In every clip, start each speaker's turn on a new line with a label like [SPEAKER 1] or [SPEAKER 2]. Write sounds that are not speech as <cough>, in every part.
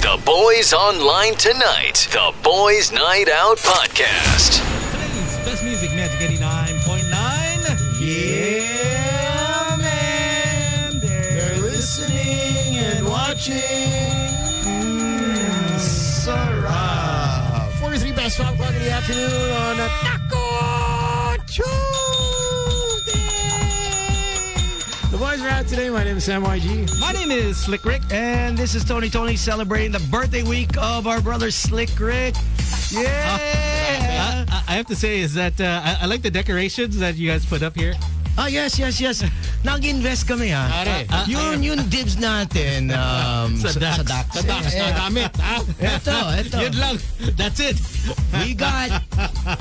[SPEAKER 1] The boys online tonight. The Boys Night Out Podcast.
[SPEAKER 2] Today's best music, Magic 89.9. Yeah, man. They're listening and watching. Mm, Sarah. 43 past 5 o'clock in the afternoon on a Taco Tuesday. The boys are out today. My name is Sam YG.
[SPEAKER 3] My name is Slick Rick, and this is Tony Tony celebrating the birthday week of our brother Slick
[SPEAKER 4] <laughs>
[SPEAKER 3] Rick. Yeah!
[SPEAKER 4] I, I have to say is that uh, I, I like the decorations that you guys put up here.
[SPEAKER 3] Oh, yes, yes, yes. Nag-invest kami, ha?
[SPEAKER 4] Pare.
[SPEAKER 3] Ah, yun, yun dibs
[SPEAKER 4] <laughs>
[SPEAKER 3] natin. Um,
[SPEAKER 4] Uh, Sa DAX.
[SPEAKER 3] Sa Eh,
[SPEAKER 4] Dax na
[SPEAKER 3] Yeah.
[SPEAKER 4] gamit, ha?
[SPEAKER 3] Ito, ito.
[SPEAKER 4] Yun lang. That's it.
[SPEAKER 3] We got,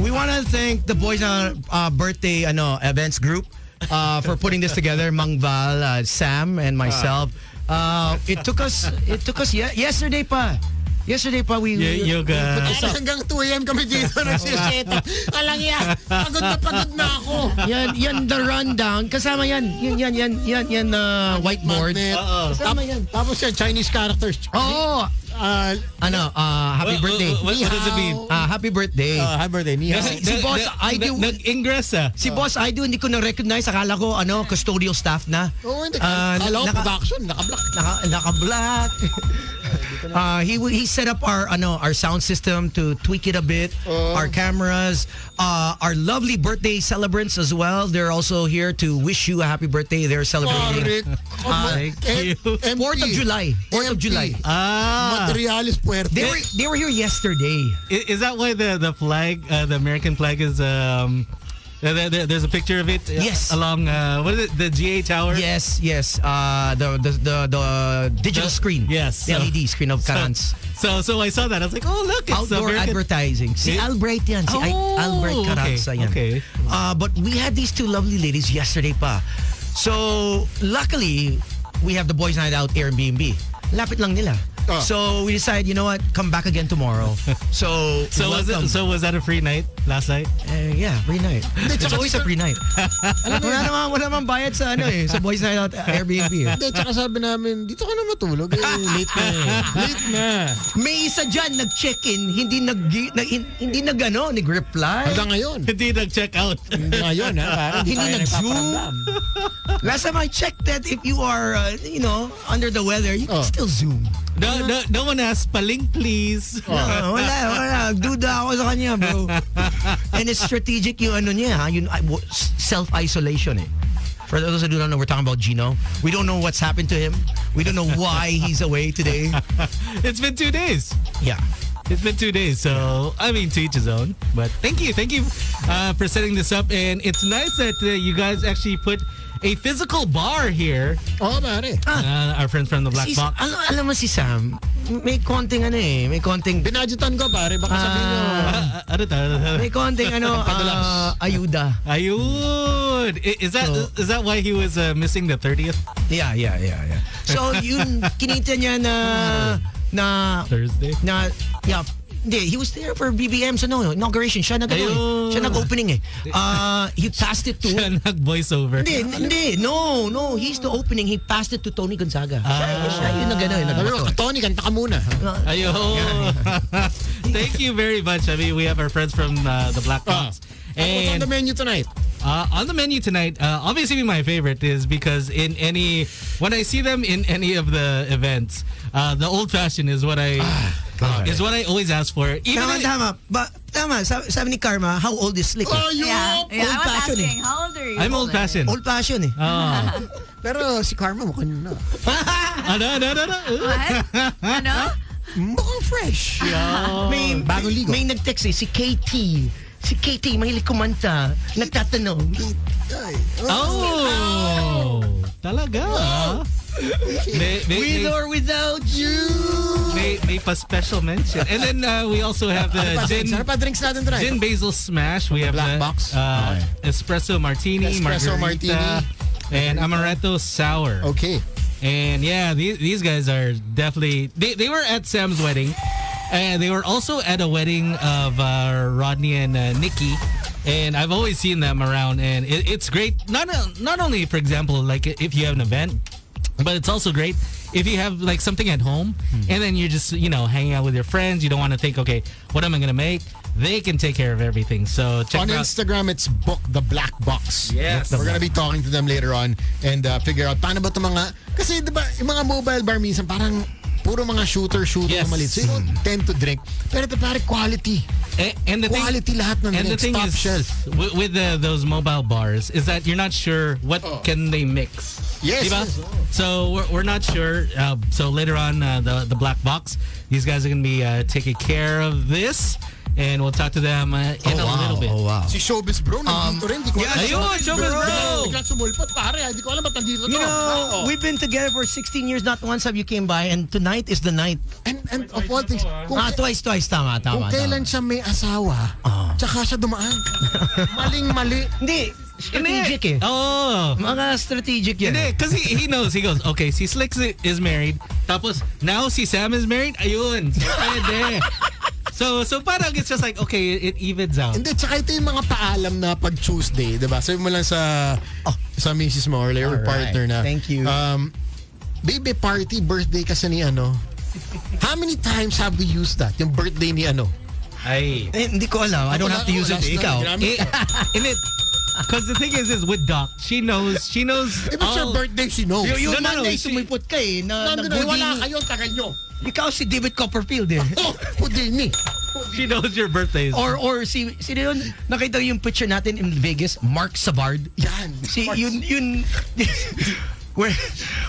[SPEAKER 3] we want to thank the boys on uh, birthday ano, events group uh, for putting this together. Mang Val, uh, Sam, and myself. Uh, it took us, it took us ye- yesterday pa. Yesterday pa we, we-
[SPEAKER 4] You, you
[SPEAKER 3] we-
[SPEAKER 4] got...
[SPEAKER 2] Alas hanggang 2 a.m. kami <laughs> dito nagsiseta. Alang yan, pagod na pagod na ako.
[SPEAKER 3] Yan, yan the rundown. Kasama yan. Yan, yan, yan, yan, yan uh, whiteboard.
[SPEAKER 2] Magnet.
[SPEAKER 3] Kasama yan.
[SPEAKER 2] Tapos yan, Chinese characters.
[SPEAKER 3] Oo.
[SPEAKER 2] Uh,
[SPEAKER 3] Oh! Ano, uh, happy birthday.
[SPEAKER 4] What, what does it mean?
[SPEAKER 3] Ah, happy birthday.
[SPEAKER 2] hi, birthday. Ni
[SPEAKER 3] Si- si boss, I do-
[SPEAKER 4] Nag-ingress, ah.
[SPEAKER 3] si Boss Aido, hindi ko na-recognize. Akala ko, ano, custodial staff na.
[SPEAKER 2] Oo, Oh, hindi.
[SPEAKER 3] Ah,
[SPEAKER 2] Kala ko
[SPEAKER 3] naka-
[SPEAKER 2] production, naka-block.
[SPEAKER 3] Naka, naka-black. Uh, he w- he set up our ano our sound system to tweak it a bit, our cameras, uh, our lovely birthday celebrants as well. They're also here to wish you a happy birthday. They're celebrating
[SPEAKER 2] Correct. Ah,
[SPEAKER 3] Thank
[SPEAKER 2] M-
[SPEAKER 4] you.
[SPEAKER 2] MP.
[SPEAKER 3] Fourth of July. Fourth of
[SPEAKER 2] MP.
[SPEAKER 3] July. Uh,
[SPEAKER 4] Ah.
[SPEAKER 2] Materialis Puerte.
[SPEAKER 3] They were they were here yesterday.
[SPEAKER 4] I- Is that why the, the flag, uh, the American flag is... Um, there, there, there's a picture of it uh,
[SPEAKER 3] Yes.
[SPEAKER 4] along uh, what is it the GA Tower
[SPEAKER 3] Yes, yes. Uh, the, the the the digital
[SPEAKER 4] The-
[SPEAKER 3] screen.
[SPEAKER 4] yes,
[SPEAKER 3] the
[SPEAKER 4] so-
[SPEAKER 3] LED screen of Carans.
[SPEAKER 4] so so I saw that I was like oh look it's
[SPEAKER 3] Outdoor
[SPEAKER 4] American
[SPEAKER 3] advertising. Si
[SPEAKER 4] Yeah.
[SPEAKER 3] Albrecht yan. Si Ay-
[SPEAKER 4] Oh,
[SPEAKER 3] Albrecht
[SPEAKER 4] okay,
[SPEAKER 3] Carranza yan.
[SPEAKER 4] okay.
[SPEAKER 3] Uh, but we had these two lovely ladies yesterday pa. So, luckily, we have the Boys Night Out Airbnb. Lapit lang nila.
[SPEAKER 2] Oh.
[SPEAKER 4] Ah.
[SPEAKER 3] So, we decided, you know what? Come back again
[SPEAKER 4] <laughs>
[SPEAKER 3] tomorrow. So,
[SPEAKER 4] so was
[SPEAKER 3] welcome.
[SPEAKER 4] it, so was that a free night last night <laughs>
[SPEAKER 3] Eh, yeah, free night. It's
[SPEAKER 2] tsaka-
[SPEAKER 3] always a free night. wala naman, wala naman bayad sa ano eh, sa Boys Night Out
[SPEAKER 4] <laughs>
[SPEAKER 3] Airbnb. eh.
[SPEAKER 2] Hindi, tsaka sabi namin, dito ka na matulog.
[SPEAKER 3] <laughs>
[SPEAKER 2] Eh, late na. eh. late na.
[SPEAKER 3] May isa dyan nag-check-in, hindi nag, nag- hindi nag ano, nag-reply.
[SPEAKER 2] Hanggang ngayon.
[SPEAKER 4] hindi nag-check out
[SPEAKER 3] Mm.
[SPEAKER 2] Hanggang ngayon, ha? Parang
[SPEAKER 3] Hindi
[SPEAKER 2] tayo
[SPEAKER 3] nag-zoom.
[SPEAKER 2] nagpaparamdam.
[SPEAKER 3] Last time I checked that if you are, uh, you know, under the weather, you can
[SPEAKER 2] Oh.
[SPEAKER 3] still Zoom.
[SPEAKER 4] No, no, no one asked paling please.
[SPEAKER 2] Oh.
[SPEAKER 3] Ah, wala, wala. Duda ako sa kanya, bro. <laughs> And it's strategic yung ano niya, ha? Yung uh, w- self-isolation eh. For those who do not know, we're talking about Gino. We don't know what's happened to him. We don't know why he's away <laughs> today.
[SPEAKER 4] <laughs> It's been two days.
[SPEAKER 3] Yeah.
[SPEAKER 4] It's been two days, so I mean, to each his own. But thank you, thank you uh, for setting this up, and it's nice that uh, you guys actually put a physical bar here.
[SPEAKER 2] Oo, pare.
[SPEAKER 4] Uh, our friends from the Black
[SPEAKER 3] Si,
[SPEAKER 4] Box.
[SPEAKER 3] al- alam mo si Sam, may konting ano eh, may konting,
[SPEAKER 2] Binagitan ko, pare.
[SPEAKER 3] Ah.
[SPEAKER 2] Baka sabihin nyo,
[SPEAKER 4] Uh, ano to? Ano to?
[SPEAKER 3] may konting ano, <laughs> ah, ayuda.
[SPEAKER 4] Ayun. I- Is that
[SPEAKER 3] So-
[SPEAKER 4] is that why he was uh, missing the thirtieth
[SPEAKER 3] Yeah, yeah, yeah, yeah. <laughs> So yun, kinita niya na, na
[SPEAKER 4] Thursday?
[SPEAKER 3] na yeah hindi he was there for BBM sa no inauguration siya nag ano, eh.
[SPEAKER 4] Ayun.
[SPEAKER 3] siya nag opening eh uh, he passed it to
[SPEAKER 4] <laughs> Siya nag voiceover.
[SPEAKER 3] hindi hindi no no he's the opening he passed it to Tony Gonzaga siya, siya yun eh. na gano'n
[SPEAKER 2] sabi mo, Tony, kanta ka muna.
[SPEAKER 4] Ayun. <laughs> thank you very much. I mean, we have our friends from uh, the Black Box.
[SPEAKER 2] What's on the menu tonight?
[SPEAKER 4] Uh, on the menu tonight, uh, obviously my favorite is because in any when I see them in any of the events, uh, the old fashioned is what I is what I always ask for. Even
[SPEAKER 3] tama
[SPEAKER 4] if-
[SPEAKER 3] tama ba, tama sabi, sabi ni Karma how old is Slick
[SPEAKER 2] Oh, you
[SPEAKER 5] Yeah, yeah, I was
[SPEAKER 3] Old-fashioned
[SPEAKER 5] asking, how old are you?
[SPEAKER 4] I'm old
[SPEAKER 5] Colin?
[SPEAKER 4] fashioned.
[SPEAKER 3] old fashion eh
[SPEAKER 4] Oh.
[SPEAKER 2] Pero si Karma mukhang na.
[SPEAKER 4] Ah, no, no, no, no.
[SPEAKER 5] What?
[SPEAKER 4] Eh.
[SPEAKER 5] ano?
[SPEAKER 2] Mukhang fresh.
[SPEAKER 3] may,
[SPEAKER 2] Bagong ligo.
[SPEAKER 3] may nag-text eh si KT si KT mahilig kumanta nagtatanong
[SPEAKER 2] Ay,
[SPEAKER 4] Oh, talaga. May, may,
[SPEAKER 3] with
[SPEAKER 4] may,
[SPEAKER 3] or without you
[SPEAKER 4] may, may pa special mention. And then uh, we
[SPEAKER 2] <laughs>
[SPEAKER 4] also have
[SPEAKER 2] Ano
[SPEAKER 4] the
[SPEAKER 2] pa
[SPEAKER 4] gin,
[SPEAKER 2] drinks? Ano pa drinks natin tonight?
[SPEAKER 4] gin basil smash. We have
[SPEAKER 2] Black
[SPEAKER 4] the
[SPEAKER 2] Box?
[SPEAKER 4] Uh, espresso martini,
[SPEAKER 2] Espresso
[SPEAKER 4] margarita,
[SPEAKER 2] martini.
[SPEAKER 4] and amaretto sour.
[SPEAKER 2] Okay.
[SPEAKER 4] And yeah, these, these guys are definitely. They, they were at Sam's wedding. And they were also at a wedding of uh, Rodney and uh, Nikki. And I've always seen them around. And uh, it, it's great. Not, not only, for example, like if you have an event, but it's also great if you have like something at home and then you're just you know hanging out with your friends, you don't want to think, okay, what am I gonna make? They can take care of everything. So check
[SPEAKER 2] On
[SPEAKER 4] it out.
[SPEAKER 2] Instagram, it's Book the Black Box.
[SPEAKER 4] Yes.
[SPEAKER 2] We're gonna be talking to them later on and uh, figure out paano ba ito mga... Kasi di ba, yung mga mobile bar minsan parang puro mga shooter-shooter
[SPEAKER 4] Yes.
[SPEAKER 2] na malit. So you don't tend to drink. Pero ito pare, quality.
[SPEAKER 4] A- and the
[SPEAKER 2] Quality
[SPEAKER 4] thing,
[SPEAKER 2] lahat ng
[SPEAKER 4] and the
[SPEAKER 2] drinks,
[SPEAKER 4] thing
[SPEAKER 2] top
[SPEAKER 4] is,
[SPEAKER 2] shelf.
[SPEAKER 4] wi- with the, those mobile bars is that you're not sure what can they mix.
[SPEAKER 2] Oh. Yes,
[SPEAKER 4] Diba?
[SPEAKER 2] yes. oh.
[SPEAKER 4] So we're, we're not sure. Uh, so later on, uh, the the black box, these guys are gonna be uh, taking care of this, and we'll talk to them uh, in a little bit.
[SPEAKER 3] Oh, wow.
[SPEAKER 2] Si Showbiz Bro, nandito rin. Di ko alam.
[SPEAKER 4] yeah, ayun, Showbiz Bro!
[SPEAKER 2] Hindi ka sumulpot, pare. Hindi ko alam ba't nandito
[SPEAKER 3] You
[SPEAKER 2] to. Ah, oh. Oo.
[SPEAKER 3] know, we've been together for 16 years. Not once have you came by, and tonight is the night.
[SPEAKER 2] And, and of all things, kung,
[SPEAKER 3] ah, twice, twice. Tama,
[SPEAKER 2] kung
[SPEAKER 3] tama,
[SPEAKER 2] kailan
[SPEAKER 3] tama.
[SPEAKER 2] siya may asawa, tsaka siya <laughs> dumaan. Maling-mali.
[SPEAKER 3] Hindi. Strategic eh.
[SPEAKER 4] Oh.
[SPEAKER 3] Mga strategic yan. eh.
[SPEAKER 4] Hindi, because he, he knows. He goes, okay, si Slicks i- is married. Tapos, now si Sam is married. Ayun. So, pwede.
[SPEAKER 2] <laughs>
[SPEAKER 4] so, so parang it's just like, okay, it, it evens out.
[SPEAKER 2] Hindi, tsaka ito yung mga paalam na pag Tuesday, di ba? Sabi mo lang sa sa misis mo or your
[SPEAKER 3] Oh. Alright.
[SPEAKER 2] partner na.
[SPEAKER 3] Thank you.
[SPEAKER 2] Um, baby party, birthday kasi ni ano. How many times have we used that? Yung birthday ni ano?
[SPEAKER 4] Ay.
[SPEAKER 3] Eh, hindi ko alam. I don't have to use it. Eh, Ikaw.
[SPEAKER 2] Eh,
[SPEAKER 4] And it, because the thing is, is with Doc, she knows, she knows.
[SPEAKER 2] if it's Eh, your
[SPEAKER 4] all-
[SPEAKER 2] birthday, she knows.
[SPEAKER 3] Yung, yung
[SPEAKER 4] No, no, no,
[SPEAKER 3] Monday,
[SPEAKER 4] she-
[SPEAKER 3] sumipot ka ano, eh. Na,
[SPEAKER 2] Nandun na, wala
[SPEAKER 3] nabudini.
[SPEAKER 2] kayo, tagal nyo.
[SPEAKER 3] Ikaw si David Copperfield <laughs> eh.
[SPEAKER 2] Oh, budini.
[SPEAKER 4] she knows your birthdays.
[SPEAKER 3] Or or si sino yun? Nakita yung picture natin in Vegas, Mark Savard.
[SPEAKER 2] Yan.
[SPEAKER 3] Si yun yun <laughs> we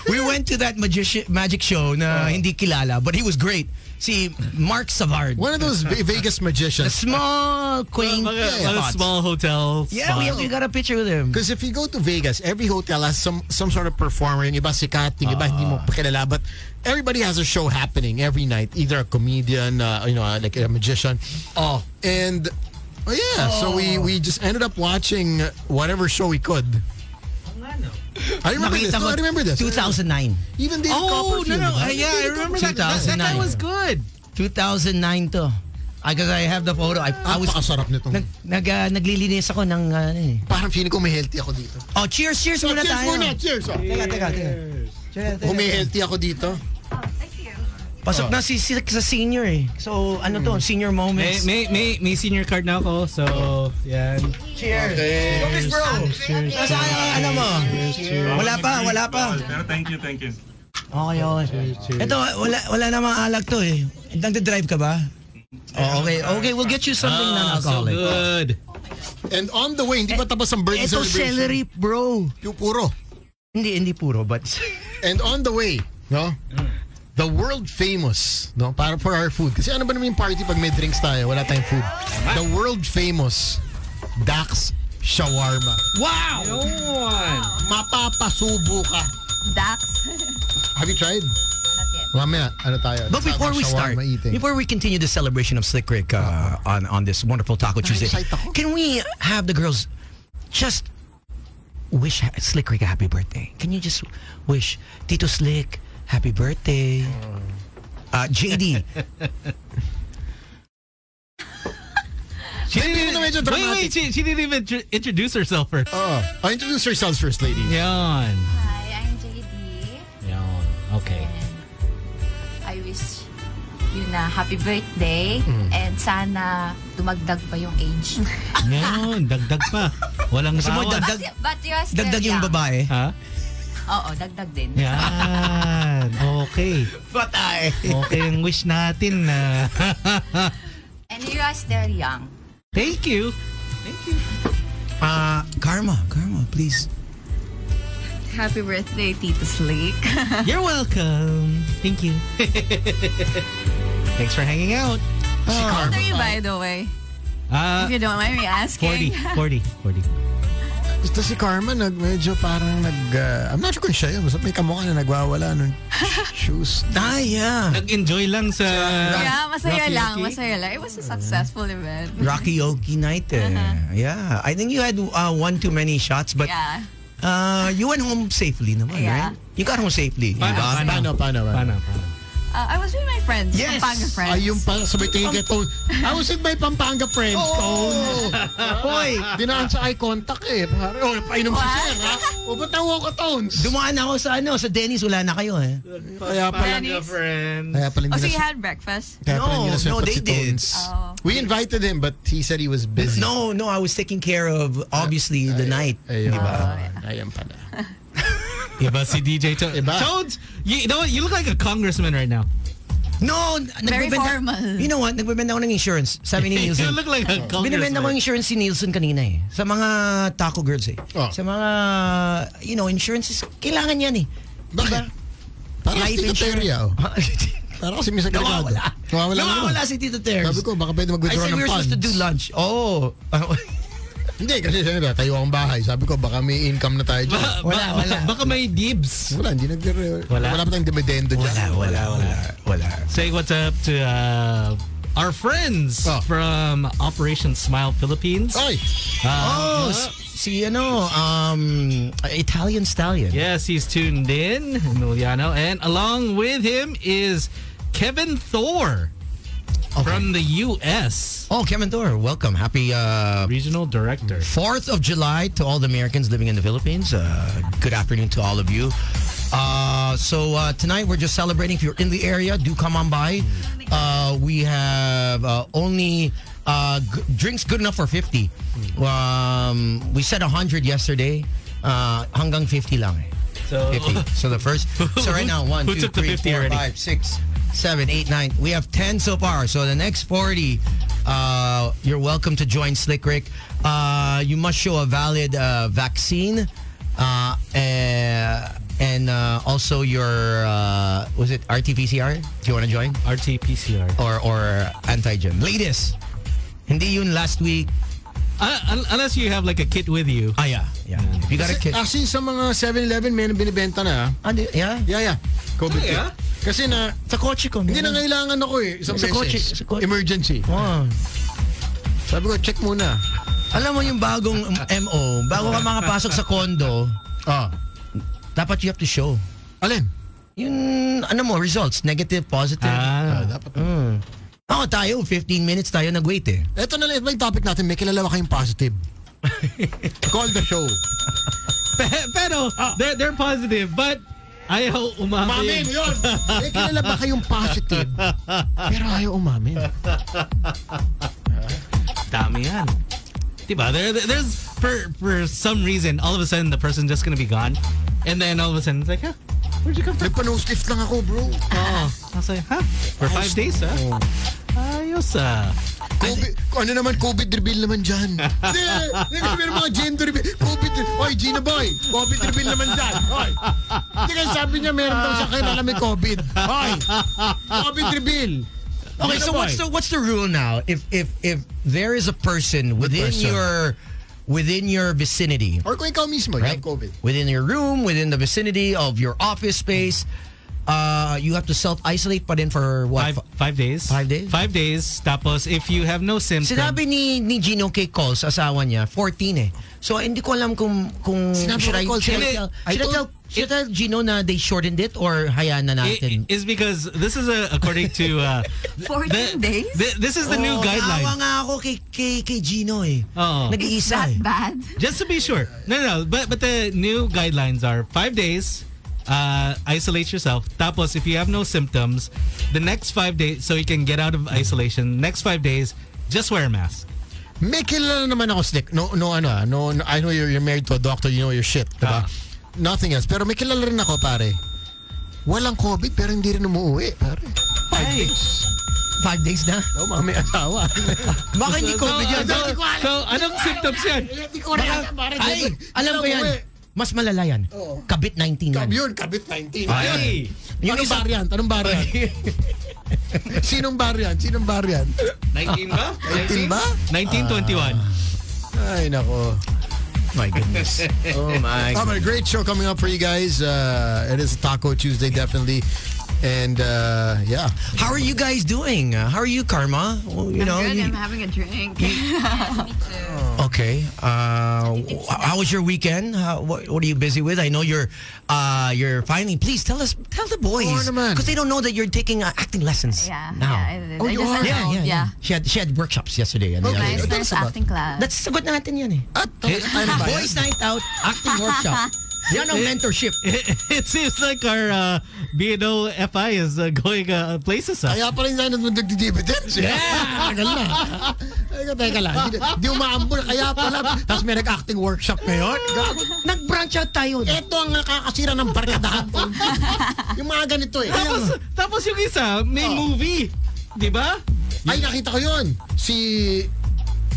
[SPEAKER 3] we went to that magic magic show na hindi kilala but he was great. Si Mark Savard.
[SPEAKER 2] One of those Ve- Vegas
[SPEAKER 3] A
[SPEAKER 2] magicians.
[SPEAKER 3] small quaint
[SPEAKER 4] Mga-
[SPEAKER 3] spots.
[SPEAKER 4] mga small hotel.
[SPEAKER 3] Yeah, we,
[SPEAKER 4] spot.
[SPEAKER 3] we got a picture with him.
[SPEAKER 2] Because if you go to Vegas, every hotel has some some sort of performer. Yung iba sikat, yung iba hindi mo pakilala. But everybody has a show happening every night. Either a comedian, uh, you know, uh, like a magician.
[SPEAKER 3] Oh.
[SPEAKER 2] And oh yeah, so we we just ended up watching whatever show we could. I remember this.
[SPEAKER 3] Nakita
[SPEAKER 2] No,
[SPEAKER 3] ko
[SPEAKER 2] I remember this.
[SPEAKER 3] 2009.
[SPEAKER 2] Even David
[SPEAKER 4] Oh, no,
[SPEAKER 2] Copperfield.
[SPEAKER 4] no.
[SPEAKER 2] di ba?
[SPEAKER 4] uh, yeah, I
[SPEAKER 2] David
[SPEAKER 4] remember that. That, that
[SPEAKER 3] 2009.
[SPEAKER 4] guy was good.
[SPEAKER 3] 2009 to. I, cause I have the photo. I, I was
[SPEAKER 2] Napakasarap nitong-
[SPEAKER 3] Nag, nag, ah, naglilinis ako ng ah, ano eh.
[SPEAKER 2] Parang feeling ko may healthy ako dito.
[SPEAKER 3] Oh, cheers, cheers
[SPEAKER 2] So,
[SPEAKER 3] muna
[SPEAKER 2] cheers
[SPEAKER 3] tayo.
[SPEAKER 2] muna, cheers. Oh.
[SPEAKER 3] Teka, teka, teka. Teka, teka.
[SPEAKER 2] Kung may healthy ako dito.
[SPEAKER 5] Oh, Thank you.
[SPEAKER 3] Pasok na si, si sa senior eh. So, ano to, senior
[SPEAKER 4] May,
[SPEAKER 3] moments.
[SPEAKER 4] may, may, may senior card na ako. So, yan.
[SPEAKER 3] Cheers.
[SPEAKER 2] Eh,
[SPEAKER 3] Cheers, bro.
[SPEAKER 4] Cheers.
[SPEAKER 3] Nasa ano, ano mo? Wala pa, wala pa.
[SPEAKER 6] Pero thank you, thank you.
[SPEAKER 3] Okay, okay. Ito, wala, wala namang alag to eh. Nagda-drive ka ba? Oh, okay, okay. We'll get you something
[SPEAKER 4] Ah, so
[SPEAKER 3] non-alcoholic.
[SPEAKER 4] good.
[SPEAKER 2] and on the way, hindi pa tapos ang birthday
[SPEAKER 3] Ito,
[SPEAKER 2] celebration.
[SPEAKER 3] celery, bro.
[SPEAKER 2] Yung puro.
[SPEAKER 3] Hindi, hindi puro, but...
[SPEAKER 2] And on the way, no? The world famous, no? Para for our food. Kasi ano ba naman yung party pag may drinks tayo, wala tayong food. The world famous Dax Shawarma.
[SPEAKER 3] Wow!
[SPEAKER 2] Mapapasubo ka.
[SPEAKER 5] Dax.
[SPEAKER 2] Have you tried?
[SPEAKER 5] Not yet.
[SPEAKER 2] Mamaya, ano tayo?
[SPEAKER 3] But before we start,
[SPEAKER 2] Shawarma eating.
[SPEAKER 3] before we continue the celebration of Slick Rick uh, on on this wonderful Taco Tuesday,
[SPEAKER 2] excite ako.
[SPEAKER 3] can we have the girls just wish ha- Slick Rick a happy birthday? Can you just wish Tito Slick happy birthday? Uh, <laughs> JD,
[SPEAKER 4] She
[SPEAKER 2] Hindi na
[SPEAKER 4] didn't,
[SPEAKER 2] medyo
[SPEAKER 4] wait, wait.
[SPEAKER 2] dramatic.
[SPEAKER 4] She, she didn't even tr- introduce herself first.
[SPEAKER 2] Oh, oh, introduce yourselves first, lady.
[SPEAKER 4] Yan.
[SPEAKER 5] Hi, I'm JD.
[SPEAKER 4] Yan. Okay.
[SPEAKER 5] I wish you na happy birthday
[SPEAKER 3] Mm.
[SPEAKER 5] and sana dumagdag pa yung <laughs> age.
[SPEAKER 4] Yan. Dagdag pa. Walang
[SPEAKER 3] gusto mo
[SPEAKER 4] bawas.
[SPEAKER 3] dagdag,
[SPEAKER 5] But you're still
[SPEAKER 3] dagdag yung
[SPEAKER 5] young.
[SPEAKER 3] babae?
[SPEAKER 4] Ha?
[SPEAKER 5] Oo, dagdag din.
[SPEAKER 4] Yan. Okay.
[SPEAKER 3] Patay.
[SPEAKER 4] Okay ang wish natin na. <laughs>
[SPEAKER 5] And you are still young.
[SPEAKER 4] Thank you.
[SPEAKER 3] Uh, karma, karma, please.
[SPEAKER 5] Happy birthday,
[SPEAKER 3] <laughs>
[SPEAKER 5] Tito Slick.
[SPEAKER 4] You're welcome. Thank you. Thanks for hanging out.
[SPEAKER 3] Ah,
[SPEAKER 5] How old are you, by the way?
[SPEAKER 4] Uh,
[SPEAKER 5] If you don't mind me asking.
[SPEAKER 4] 40. 40. 40.
[SPEAKER 2] Gusto si Carmen, nag, medyo parang nag... uh, I'm not sure kung siya yun. Basta may kamukha na nagwawala
[SPEAKER 3] <laughs>
[SPEAKER 2] ng shoes.
[SPEAKER 3] Ah, yeah.
[SPEAKER 4] Nag-enjoy lang sa...
[SPEAKER 5] Yeah, masaya
[SPEAKER 4] Rocky,
[SPEAKER 5] lang,
[SPEAKER 4] Rocky.
[SPEAKER 5] masaya lang. It was a successful event.
[SPEAKER 3] Rocky Yogi night. eh. Yeah. I think you had uh, one too many shots, but
[SPEAKER 5] Uh-huh.
[SPEAKER 3] Uh,
[SPEAKER 5] Yeah.
[SPEAKER 3] you went home safely naman,
[SPEAKER 5] Yeah.
[SPEAKER 3] right? You got home safely. diba?
[SPEAKER 4] Paano,
[SPEAKER 2] Paano,
[SPEAKER 4] paano?
[SPEAKER 2] paano? paano?
[SPEAKER 4] Paano? paano?
[SPEAKER 5] Uh, I was with my friends.
[SPEAKER 3] Yes!
[SPEAKER 5] Pampanga friends.
[SPEAKER 2] Ay, yung pang sabay tingin kay Tone. I was in my Pampanga friends, Tone.
[SPEAKER 3] <laughs> Hoy,
[SPEAKER 2] Dinaan sa eye contact eh. Pare, oh, painom si
[SPEAKER 5] What?
[SPEAKER 2] Sir, ha? Pupunta ko ako, Tones.
[SPEAKER 3] dumaan ako sa ano, sa Dennis, wala na kayo eh.
[SPEAKER 2] Kaya pala,
[SPEAKER 5] Dennis?
[SPEAKER 4] Girlfriend.
[SPEAKER 2] kaya pala
[SPEAKER 5] Oh,
[SPEAKER 2] hindi
[SPEAKER 5] so
[SPEAKER 2] na
[SPEAKER 5] you had breakfast?
[SPEAKER 2] kaya pala
[SPEAKER 3] No,
[SPEAKER 2] hindi na
[SPEAKER 3] no,
[SPEAKER 2] sumipot
[SPEAKER 3] they
[SPEAKER 2] si
[SPEAKER 3] did.
[SPEAKER 2] Tones.
[SPEAKER 5] Oh.
[SPEAKER 2] We invited him, but he said he was busy.
[SPEAKER 3] No, no, I was taking care of, obviously, the night.
[SPEAKER 2] Ayun.
[SPEAKER 3] Di ba?
[SPEAKER 2] Ayun pala.
[SPEAKER 4] Iba si DJ Tones.
[SPEAKER 2] Iba.
[SPEAKER 4] Tones, you, you know what? You look like a congressman right now.
[SPEAKER 3] No,
[SPEAKER 5] Very
[SPEAKER 3] nagbebenta-
[SPEAKER 5] formal.
[SPEAKER 3] You know what? Nagbebenta ako ng insurance. Sabi
[SPEAKER 2] <laughs>
[SPEAKER 3] ni
[SPEAKER 4] You
[SPEAKER 3] Nielsen.
[SPEAKER 4] look like a
[SPEAKER 3] Binibenta ko
[SPEAKER 4] congressman.
[SPEAKER 3] insurance si Nielsen kanina eh. Sa mga taco girls eh.
[SPEAKER 2] Oh.
[SPEAKER 3] Sa mga, you know, insurances, kailangan yan eh.
[SPEAKER 2] Bakit? Para
[SPEAKER 3] Life
[SPEAKER 2] si Tito
[SPEAKER 3] insurance. <laughs>
[SPEAKER 2] Terry, ah, oh. Para kasi Mr. Delgado.
[SPEAKER 3] Nawawala.
[SPEAKER 2] Nawawala.
[SPEAKER 3] Nawawala
[SPEAKER 2] naman.
[SPEAKER 3] si Tito Terz.
[SPEAKER 2] Sabi ko, baka
[SPEAKER 3] I
[SPEAKER 2] pwede mag-withdraw
[SPEAKER 3] said we
[SPEAKER 2] ng
[SPEAKER 3] were
[SPEAKER 2] funds.
[SPEAKER 3] supposed to do lunch. Oh. <laughs>
[SPEAKER 2] Hindi, kasi siyempre, tayo akong bahay. Sabi ko, baka may income na tayo dyan.
[SPEAKER 4] Ba-
[SPEAKER 3] Wala,
[SPEAKER 4] ba-
[SPEAKER 3] wala.
[SPEAKER 4] Baka may dibs.
[SPEAKER 2] Wala, hindi nag-
[SPEAKER 4] Wala.
[SPEAKER 2] Wala pa tayong dividendo dyan.
[SPEAKER 3] wala, wala, wala.
[SPEAKER 4] Say what's up to uh, our friends
[SPEAKER 2] Oh.
[SPEAKER 4] from Operation Smile Philippines.
[SPEAKER 2] Ay!
[SPEAKER 4] Uh,
[SPEAKER 3] Oh, s- si ano, um, Italian Stallion.
[SPEAKER 4] Yes, he's tuned in, Emiliano. And along with him is Kevin Thor
[SPEAKER 3] Okay.
[SPEAKER 4] from the U.S.
[SPEAKER 3] Oh, Kevin Thor, welcome. Happy uh,
[SPEAKER 4] Regional Director.
[SPEAKER 3] 4th of July to all the Americans living in the Philippines. Uh, good afternoon to all of you. Uh, so uh, tonight we're just celebrating. If you're in the area, do come on by. Uh, we have uh, only uh, g- drinks good enough for 50. Um, we said 100 yesterday. Uh, hanggang 50 lang eh.
[SPEAKER 4] So,
[SPEAKER 3] 50. So the first. So right now, one,
[SPEAKER 4] Who
[SPEAKER 3] two,
[SPEAKER 4] took the
[SPEAKER 3] three,
[SPEAKER 4] 50
[SPEAKER 3] four,
[SPEAKER 4] already?
[SPEAKER 3] five, six, seven, eight, nine. We have ten so far. So the next forty, uh, you're welcome to join Slick Rick. Uh, you must show a valid uh, vaccine, uh, eh, and uh, also your uh, was it RT-PCR? Do you want to join
[SPEAKER 4] RT-PCR.
[SPEAKER 3] or or antigen? Latest. Hindi yun last week.
[SPEAKER 4] Uh, un- unless you have like a kit with you.
[SPEAKER 3] Ah yeah, yeah. If you got a kid.
[SPEAKER 2] Actually, sa mga 7-Eleven, may binibenta na. ah.
[SPEAKER 3] Ah, di- yeah.
[SPEAKER 2] Yeah, yeah. COVID kit.
[SPEAKER 4] yeah?
[SPEAKER 2] Kasi na,
[SPEAKER 3] Sa kotse ko.
[SPEAKER 2] hindi na kailangan ako eh. Isang
[SPEAKER 3] ah? Sa
[SPEAKER 2] beses.
[SPEAKER 3] kotse, sa kotse.
[SPEAKER 2] Emergency.
[SPEAKER 3] Oh.
[SPEAKER 2] Sabi ko, check muna.
[SPEAKER 3] Alam mo yung bagong MO, bago ka makapasok sa condo,
[SPEAKER 2] Ah.
[SPEAKER 3] dapat you have to show.
[SPEAKER 2] Alin?
[SPEAKER 3] Yung, ano mo, results, negative, positive.
[SPEAKER 2] Ah,
[SPEAKER 4] Ah,
[SPEAKER 2] dapat.
[SPEAKER 3] Ako tayo, 15 minutes tayo nag-wait eh.
[SPEAKER 2] Ito na lang, ito ba yung topic natin? May kilala ba kayong positive?
[SPEAKER 3] <laughs>
[SPEAKER 2] Call the show.
[SPEAKER 4] pe- <laughs> pero
[SPEAKER 3] Ah.
[SPEAKER 4] they're, they're positive, but ayaw umamin.
[SPEAKER 2] yun! May kilala ba kayong positive? Pero ayaw umamin.
[SPEAKER 4] Dami yan. Diba? There, there- there's, for, for some reason, all of a sudden, the person's just gonna be gone. And then all of a sudden, it's like, huh? Where'd you come from?
[SPEAKER 2] Nagpa-nose lift lang ako, bro.
[SPEAKER 4] Oh. I was like, huh? For five days, huh?
[SPEAKER 3] Oh.
[SPEAKER 4] Ayos, ah.
[SPEAKER 2] COVID, ano naman, COVID reveal naman
[SPEAKER 4] <laughs>
[SPEAKER 2] dyan. Hindi, hindi kasi meron mga gender reveal. COVID, oy, Gina Boy, COVID reveal naman dyan. Oy. Hindi kasi sabi niya meron daw siya kilala may COVID. Oy, COVID reveal.
[SPEAKER 3] Okay,
[SPEAKER 2] Gina
[SPEAKER 3] so
[SPEAKER 2] Ano Boy.
[SPEAKER 3] what's the what's the rule now? If if if there is a person within
[SPEAKER 2] person.
[SPEAKER 3] your within your vicinity,
[SPEAKER 2] Or kung ikaw mismo, you
[SPEAKER 3] right?
[SPEAKER 2] have COVID.
[SPEAKER 3] Within your room, within the vicinity of your office space, uh, you have to self isolate pa din for what?
[SPEAKER 4] Five, five days.
[SPEAKER 3] Five days?
[SPEAKER 4] Five days. Tapos, if you have no symptoms,
[SPEAKER 3] Sinabi ni ni Gino kay Coles, asawa niya, 14 eh. So hindi ko alam kung kung
[SPEAKER 2] Sinabi
[SPEAKER 3] should,
[SPEAKER 2] ko
[SPEAKER 3] I,
[SPEAKER 2] kay Coles,
[SPEAKER 3] should, I
[SPEAKER 2] hindi.
[SPEAKER 3] tell,
[SPEAKER 2] I
[SPEAKER 3] should, I
[SPEAKER 2] told-
[SPEAKER 3] tell, should I tell Gino na they shortened it or hayaan na
[SPEAKER 4] i-
[SPEAKER 3] natin?
[SPEAKER 4] is because this is a, according to uh,
[SPEAKER 5] 14 days?
[SPEAKER 4] thi- this is the new
[SPEAKER 3] Oo, Oh, naawa
[SPEAKER 4] guideline.
[SPEAKER 3] nga ako kay, kay, kay Gino eh.
[SPEAKER 4] Oo.
[SPEAKER 5] It's
[SPEAKER 3] Nag-iisa
[SPEAKER 5] that
[SPEAKER 3] eh.
[SPEAKER 5] bad?
[SPEAKER 4] Just to be sure, no, no, no, but but the new guidelines are five days. Uh, isolate yourself. Tapos, if you have no symptoms, the next five days, so you can get out of isolation. Next five days, just wear a mask.
[SPEAKER 2] May kilala naman ako, Slick. No, no, ano ah. No, no, I know you're, you're married to a doctor. You know your shit. Diba?
[SPEAKER 4] Ah.
[SPEAKER 2] Nothing else. Pero may kilala rin ako, pare. Walang COVID pero hindi rin umuwi, pare. Five
[SPEAKER 4] Ay.
[SPEAKER 2] days.
[SPEAKER 3] Five eh. days na.
[SPEAKER 2] Oh, mga may
[SPEAKER 4] <laughs>
[SPEAKER 2] asawa.
[SPEAKER 3] Baka hindi COVID yan.
[SPEAKER 4] so, so, anong symptoms yan?
[SPEAKER 3] Baka- Ay, alam ko yan. Mas malala yan. Kabit-19 yan.
[SPEAKER 2] Kab yun, kabit 19.
[SPEAKER 4] Ay.
[SPEAKER 2] Yun, anong
[SPEAKER 3] isa-
[SPEAKER 2] variant? Anong variant? <laughs> Sinong variant? Sinong variant?
[SPEAKER 4] 19 ba?
[SPEAKER 2] 19 ba?
[SPEAKER 4] 1921.
[SPEAKER 2] Ay, nako.
[SPEAKER 3] My goodness. Oh my
[SPEAKER 2] Oh, but a great show coming up for you guys. Uh, it is Taco Tuesday, definitely. And, uh, yeah.
[SPEAKER 3] How are you guys doing? Uh, How are you, Karma? Well, you know,
[SPEAKER 5] I'm good. <laughs>
[SPEAKER 3] you-
[SPEAKER 5] I'm having a drink.
[SPEAKER 3] Okay. Uh, wh- how was your weekend? How, what, what are you busy with? I know you're uh, you're finally. Please tell us, tell the boys,
[SPEAKER 2] Oo naman.
[SPEAKER 3] because they don't know that you're taking uh, acting lessons
[SPEAKER 5] Yeah.
[SPEAKER 3] now.
[SPEAKER 5] Yeah, I did.
[SPEAKER 2] Oh,
[SPEAKER 5] I
[SPEAKER 2] you
[SPEAKER 5] just
[SPEAKER 2] are?
[SPEAKER 5] announced,
[SPEAKER 3] yeah, yeah, yeah.
[SPEAKER 5] yeah.
[SPEAKER 3] She had she had workshops yesterday. And
[SPEAKER 2] Okay.
[SPEAKER 5] Nice,
[SPEAKER 3] yesterday.
[SPEAKER 5] nice
[SPEAKER 2] about-
[SPEAKER 5] acting class.
[SPEAKER 3] That's sagot natin yan eh.
[SPEAKER 2] At talaga tayo na ba yan?
[SPEAKER 3] Boys night out, acting
[SPEAKER 2] <laughs>
[SPEAKER 3] workshop. Yan ang mentorship.
[SPEAKER 4] <laughs> It seems like our uh, BNO FI is uh, going uh, places. ah.
[SPEAKER 2] Kaya pala hindi na nagdi-dividends. Yeah! Tagal na. Teka, teka lang. Hindi, hindi umaambol. Kaya pala. Tapos may nag-acting workshop ngayon. Gago.
[SPEAKER 3] Nag-branch out tayo.
[SPEAKER 2] Ito ang nakakasira ng barkadahan. Yung mga ganito eh.
[SPEAKER 4] Tapos, tapos yung isa, may
[SPEAKER 3] Oh.
[SPEAKER 4] movie. Di ba?
[SPEAKER 2] Ay, nakita ko yun. Si...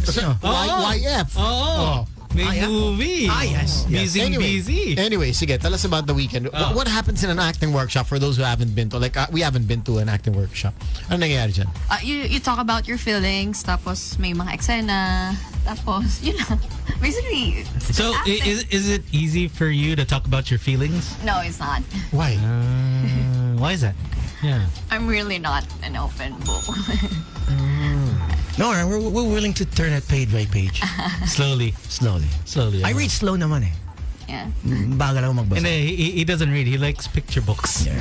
[SPEAKER 2] Sa,
[SPEAKER 4] Oo.
[SPEAKER 2] Y- YF.
[SPEAKER 4] Oo. May
[SPEAKER 3] Ah, yeah.
[SPEAKER 4] movie.
[SPEAKER 3] Ah, yes, yes.
[SPEAKER 4] Oh. Busy, busy.
[SPEAKER 2] Anyway, sige, tell us about the weekend. Wh-
[SPEAKER 4] Oh.
[SPEAKER 2] What happens in an acting workshop for those who haven't been to? Like, uh, we haven't been to an acting workshop. Ano nangyayari dyan?
[SPEAKER 5] Ah, you, you talk about your feelings, tapos may mga eksena, tapos, <laughs> yun lang. Basically, it's
[SPEAKER 4] So, i-
[SPEAKER 5] acting.
[SPEAKER 4] is, is it easy for you to talk about your feelings?
[SPEAKER 5] no, it's not.
[SPEAKER 2] Why?
[SPEAKER 4] Uh, <laughs> why is that? Yeah.
[SPEAKER 5] I'm really not an open book. <laughs>
[SPEAKER 3] No, we're, we're willing to turn it page by
[SPEAKER 2] <laughs>
[SPEAKER 3] page.
[SPEAKER 4] Slowly.
[SPEAKER 3] Slowly.
[SPEAKER 4] Slowly.
[SPEAKER 3] I read slow naman eh.
[SPEAKER 5] yeah.
[SPEAKER 3] Bagal ako magbasa.
[SPEAKER 4] And uh, he, he- he doesn't read. He likes picture books. Yeah.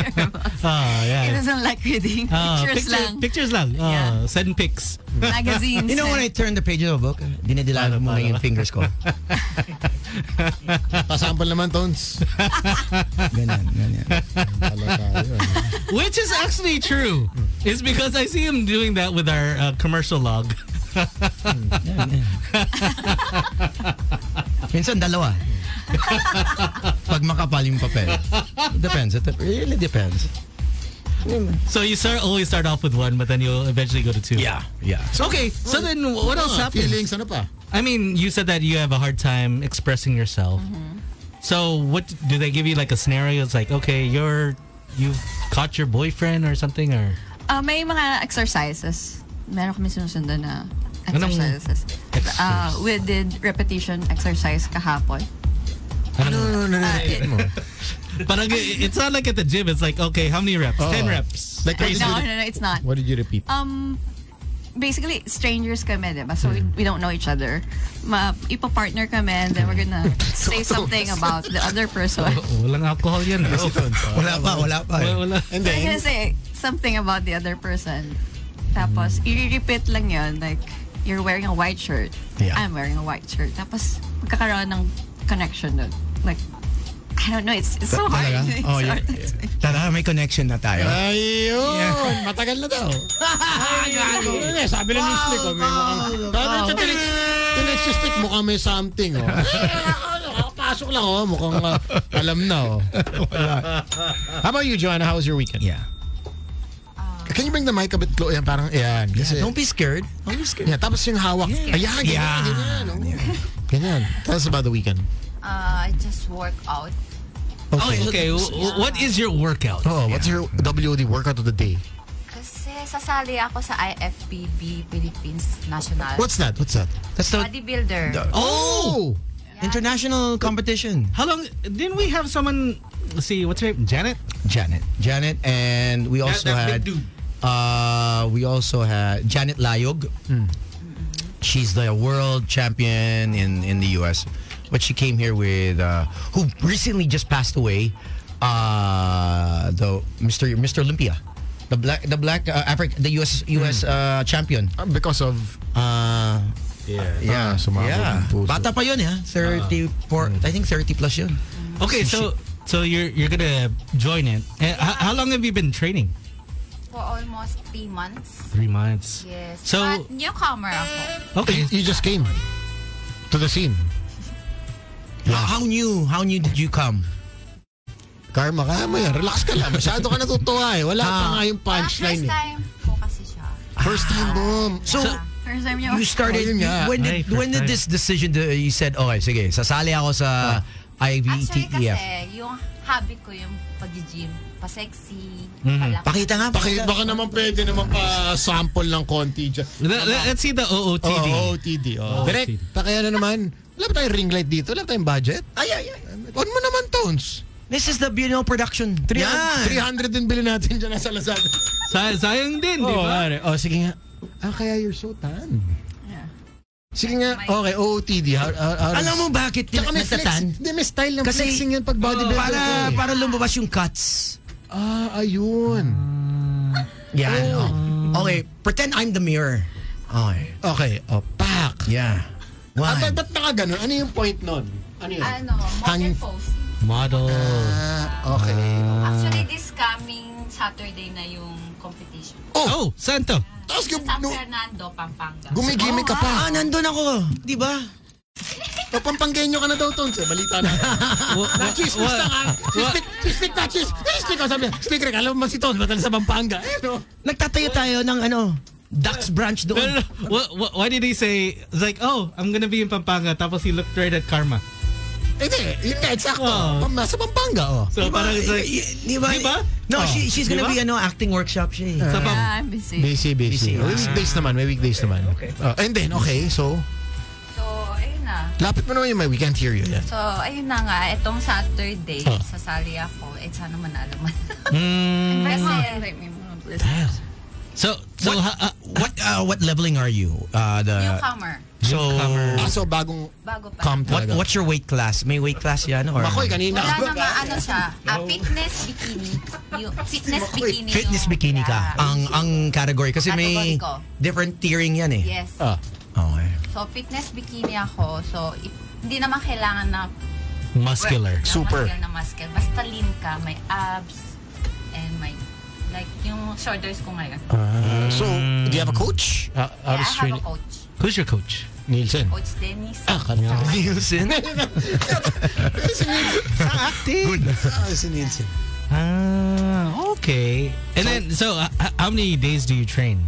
[SPEAKER 4] <laughs> oh,
[SPEAKER 5] He
[SPEAKER 4] yeah.
[SPEAKER 5] doesn't like reading
[SPEAKER 4] Ah,
[SPEAKER 5] <laughs> pictures
[SPEAKER 4] picture-
[SPEAKER 5] lang.
[SPEAKER 4] <laughs> Pictures lang. Oh,
[SPEAKER 5] Yeah.
[SPEAKER 4] Send pics.
[SPEAKER 5] Magazines.
[SPEAKER 3] You know when I turn the pages of a book, dinidilaan ko muna yung fingers
[SPEAKER 2] <laughs>
[SPEAKER 3] ko.
[SPEAKER 2] Pasample naman, Tones.
[SPEAKER 3] Ganyan, ganyan.
[SPEAKER 2] Talaga yun.
[SPEAKER 4] Which is actually true. It's because I see him doing that with our uh, commercial log. <laughs>
[SPEAKER 3] <laughs> Minsan dalawa. Pag makapal yung papel. It depends. It really depends.
[SPEAKER 4] So you start always start off with one, but then you'll eventually go to two.
[SPEAKER 3] yeah.
[SPEAKER 4] Okay. So then, what else
[SPEAKER 2] Ah,
[SPEAKER 4] happened?
[SPEAKER 2] Feelings, ano pa?
[SPEAKER 4] I mean, you said that you have a hard time expressing yourself. So what do they give you like a scenario? It's like, okay, you're you've caught your boyfriend or something, <laughs> or
[SPEAKER 5] Ah, may mga exercises. Meron kami sinusundan na
[SPEAKER 4] Anong
[SPEAKER 5] exercises.
[SPEAKER 4] exercise?
[SPEAKER 5] Ah, we did repetition exercise kahapon. Uh,
[SPEAKER 2] Ano, ano, ano, ano, ano?
[SPEAKER 4] but like, it- it's not like at the gym. It's like, okay, how many reps? Ten reps.
[SPEAKER 2] Like, what did,
[SPEAKER 5] No,
[SPEAKER 2] you,
[SPEAKER 5] no, no, it's not.
[SPEAKER 2] what did you repeat?
[SPEAKER 5] Um, basically, strangers kami, di ba? So, we, we don't know each other. Ma, ipa-partner kami and then we're
[SPEAKER 3] <laughs>
[SPEAKER 5] gonna say something about the other person.
[SPEAKER 4] Walang alcohol yan, <laughs> bro.
[SPEAKER 3] Wala pa, wala pa. eh.
[SPEAKER 4] Wala.
[SPEAKER 2] And
[SPEAKER 5] We're
[SPEAKER 2] then,
[SPEAKER 5] gonna say something about the other person. Tapos,
[SPEAKER 3] Hmm.
[SPEAKER 5] i-repeat lang yun. Like, you're wearing a white shirt.
[SPEAKER 3] Yeah.
[SPEAKER 5] I'm wearing a white shirt. Tapos, magkakaroon ng connection doon. Like, I don't know. It's, it's so hard. <laughs>
[SPEAKER 3] Talaga?
[SPEAKER 5] It's
[SPEAKER 3] Oh,
[SPEAKER 5] hard.
[SPEAKER 3] yeah. Tara, Ah, may connection na tayo.
[SPEAKER 2] ayun, matagal na daw. Ayun, eh, sabi na ni Slick, oh, may mukhang, sabi na tinex, tinex si Slick, mukhang may something, oh. Eh, Pasok lang, oh, mukhang ah, alam na, oh. How about you, Joanna? How was your weekend?
[SPEAKER 3] Yeah.
[SPEAKER 2] Can you bring the mic a bit close? Yan, parang, yan. Kasi,
[SPEAKER 3] Don't be scared. Don't be scared.
[SPEAKER 2] yeah, tapos yung hawak. Ayan, ganyan,
[SPEAKER 3] Yeah.
[SPEAKER 2] ganyan, oh. Ganyan. Tell us about the weekend.
[SPEAKER 5] Uh, I just work out.
[SPEAKER 4] Oh, okay. w- w- What is your workout?
[SPEAKER 2] Oh, what's your WOD workout of the day?
[SPEAKER 5] Kasi sasali ako sa IFPB Philippines National.
[SPEAKER 2] What's that? What's that?
[SPEAKER 3] That's the
[SPEAKER 5] Bodybuilder.
[SPEAKER 2] Oh!
[SPEAKER 3] international competition.
[SPEAKER 4] How long didn't we have someone? Let's see, what's her name? Janet.
[SPEAKER 3] Janet. Janet and we also
[SPEAKER 4] that big
[SPEAKER 3] had
[SPEAKER 4] dude.
[SPEAKER 3] uh we also had Janet Layog. She's the world champion in in the US. But she came here with uh who recently just passed away uh the Mr. Mr. Olympia. The black the black uh, Africa the US US uh champion.
[SPEAKER 2] Uh, Because of
[SPEAKER 3] Uh yeah,
[SPEAKER 2] Ah, sumabog
[SPEAKER 3] yeah.
[SPEAKER 2] ang puso.
[SPEAKER 3] Bata pa yun, eh, ah. 34, I think 30 plus yun.
[SPEAKER 4] Okay, so so you're you're gonna join it. Eh, h- how long have you been training?
[SPEAKER 5] For almost three months.
[SPEAKER 4] Three months. So
[SPEAKER 5] But newcomer
[SPEAKER 2] eh,
[SPEAKER 5] ako.
[SPEAKER 4] okay,
[SPEAKER 2] You just came to the scene.
[SPEAKER 3] How, how new, how new did you come?
[SPEAKER 2] Karma ka mo yan. Relax ka lang. Masyado ka natutuwa eh. Wala pa nga yung punchline.
[SPEAKER 5] first
[SPEAKER 2] eh.
[SPEAKER 5] time ko kasi siya.
[SPEAKER 2] First time, boom.
[SPEAKER 3] So,
[SPEAKER 5] First time niya. oh,
[SPEAKER 3] Oh, you started,
[SPEAKER 2] Ayun nga.
[SPEAKER 3] when did,
[SPEAKER 4] Ay, first
[SPEAKER 3] when did
[SPEAKER 4] time.
[SPEAKER 3] this decision, to, you said, okay, sige, sasali ako sa E
[SPEAKER 2] E
[SPEAKER 5] Actually
[SPEAKER 3] IVTEF.
[SPEAKER 5] kasi, yung hobby ko yung pag-gym. Pa-sexy.
[SPEAKER 2] Mhm.
[SPEAKER 5] palakas.
[SPEAKER 3] Pakita nga,
[SPEAKER 2] Bakit
[SPEAKER 3] pakita.
[SPEAKER 2] baka naman pwede naman pa-sample ng konti dyan.
[SPEAKER 4] let, us see the OOTD.
[SPEAKER 2] Oh, OTD. Oh. Direct.
[SPEAKER 4] OOTD.
[SPEAKER 2] Pakaya na naman. Wala ba tayong ring light dito? Wala ba tayong budget?
[SPEAKER 3] Ay, ay, ay.
[SPEAKER 2] On mo naman, Tones.
[SPEAKER 3] This is the Bino production. 300.
[SPEAKER 2] Yan. 300 din bilhin natin dyan sa Lazada.
[SPEAKER 4] Sa- sayang din, di ba?
[SPEAKER 2] Oh, sige nga. Ah, kaya you're so tan. Sige nga, okay, OOTD. How, how, how does-
[SPEAKER 3] Alam mo bakit
[SPEAKER 2] Tsaka may flex.
[SPEAKER 3] natatan?
[SPEAKER 2] Hindi, may style ng
[SPEAKER 3] Kasi-
[SPEAKER 2] flexing yan pag bodybuilder.
[SPEAKER 3] Para,
[SPEAKER 2] ka eh.
[SPEAKER 3] para lumabas yung cuts.
[SPEAKER 2] Ah, ayun.
[SPEAKER 3] Ah. Yan. oh. Okay, pretend I'm the mirror. Okay.
[SPEAKER 2] Okay, oh, pak.
[SPEAKER 3] Yeah.
[SPEAKER 2] Ah,
[SPEAKER 3] One.
[SPEAKER 2] ba't, ba't naka ganun? Ano yung point nun? Ano yun?
[SPEAKER 5] Ano, model
[SPEAKER 2] Hanging-
[SPEAKER 5] post.
[SPEAKER 4] Model.
[SPEAKER 2] Ah, okay.
[SPEAKER 5] Actually, this coming Saturday na yung competition.
[SPEAKER 4] Oh, Santo.
[SPEAKER 2] Tapos gum,
[SPEAKER 5] San
[SPEAKER 2] no,
[SPEAKER 5] Fernando, Pampanga.
[SPEAKER 2] gumigimik ka pa.
[SPEAKER 3] Ah, nandun ako. Di ba?
[SPEAKER 2] Papampanggenyo ka na daw, Tons. eh. Balita
[SPEAKER 3] <laughs>
[SPEAKER 2] na. Nachis,
[SPEAKER 4] wa-
[SPEAKER 2] musta ka? Sispik, sispik, nachis. Sispik, oh, sabi. Sispik, Rick, alam mo si Tons, matalas sa Pampanga. Eh, no? Eh,
[SPEAKER 3] Nagtatayo tayo ng ano, Ducks branch
[SPEAKER 4] No,
[SPEAKER 3] doon.
[SPEAKER 4] no, no. Wha- wha- why did he say, it's like, oh, I'm gonna be in Pampanga, tapos he looked right at Karma.
[SPEAKER 2] Hindi, yun nga, exacto.
[SPEAKER 4] Oh.
[SPEAKER 2] Pam- Sa Pampanga, oh.
[SPEAKER 4] So parang it's like,
[SPEAKER 3] Eh, Di ba?
[SPEAKER 4] Di ba?
[SPEAKER 3] No,
[SPEAKER 4] Oh.
[SPEAKER 3] she, she's gonna
[SPEAKER 4] Di ba? Uh,
[SPEAKER 3] be ano, acting workshop siya eh.
[SPEAKER 4] sa Pam-
[SPEAKER 5] Yeah, I'm Ah, busy.
[SPEAKER 2] Busy, busy.
[SPEAKER 3] Busy, ah.
[SPEAKER 2] Weekdays naman, may weekdays naman.
[SPEAKER 3] okay.
[SPEAKER 2] Oh, and then, okay, so,
[SPEAKER 5] So, ayun na.
[SPEAKER 2] lapit mo naman yung may weekend here yun.
[SPEAKER 5] So, ayun na nga. Itong Saturday,
[SPEAKER 2] Oh.
[SPEAKER 5] sasali ako. Eh, sana manalo man.
[SPEAKER 4] Mm.
[SPEAKER 5] <laughs> Kasi, invite me mga listeners.
[SPEAKER 4] so, so, ha- ah,
[SPEAKER 3] What uh, what leveling are you? Uh, the
[SPEAKER 5] Newcomer.
[SPEAKER 3] so
[SPEAKER 2] Ah, so bagong
[SPEAKER 5] Bago pa.
[SPEAKER 2] camp
[SPEAKER 3] what
[SPEAKER 2] talaga.
[SPEAKER 3] what's your weight class? May weight class yan or
[SPEAKER 2] Makoy, eh, kanina.
[SPEAKER 5] Wala na nga, ano siya. ah, fitness bikini. Yung, fitness bikini.
[SPEAKER 3] fitness
[SPEAKER 5] yung-
[SPEAKER 3] bikini ka?
[SPEAKER 5] Yeah.
[SPEAKER 3] Ang ang category kasi may
[SPEAKER 5] Category ko.
[SPEAKER 3] different tiering yan eh.
[SPEAKER 5] Yes.
[SPEAKER 2] Ah,
[SPEAKER 3] Okay. <laughs>
[SPEAKER 5] So, fitness bikini ako. So, i- hindi naman kailangan na
[SPEAKER 4] muscular.
[SPEAKER 5] Na
[SPEAKER 2] Super.
[SPEAKER 5] muscle na muscle. Basta lean ka, may abs, and may, like, yung shoulders ko ngayon.
[SPEAKER 2] uh, so, do you have a coach? Uh,
[SPEAKER 5] Yeah, I have a coach.
[SPEAKER 4] Who's your coach?
[SPEAKER 2] Nielsen.
[SPEAKER 5] Coach Dennis.
[SPEAKER 2] Ah, kanya.
[SPEAKER 3] Nielsen.
[SPEAKER 4] Acting.
[SPEAKER 2] Ah, si Nielsen.
[SPEAKER 4] Ah, okay. And then, so, uh, h- how many days do you train?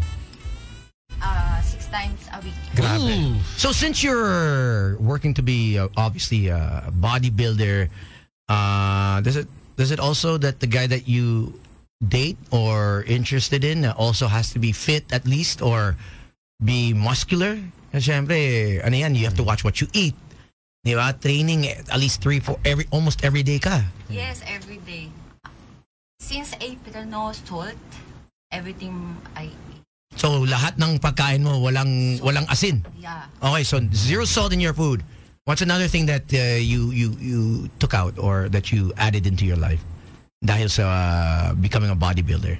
[SPEAKER 5] Uh, six times a week.
[SPEAKER 4] Ooh.
[SPEAKER 3] So since you're working to be uh, obviously a bodybuilder, uh, does it does it also that the guy that you date or interested in also has to be fit at least or be muscular? Eh, Siyempre, ano yan, you have to watch what you eat. Di ba? Training eh, at least three, four, every, almost every day ka.
[SPEAKER 5] Yes, every day. Since April, no salt. Everything I eat.
[SPEAKER 3] So lahat ng pagkain mo walang walang asin.
[SPEAKER 5] Yeah.
[SPEAKER 3] Okay, so zero salt in your food. What's another thing that uh, you you you took out or that you added into your life dahil sa uh, becoming a bodybuilder?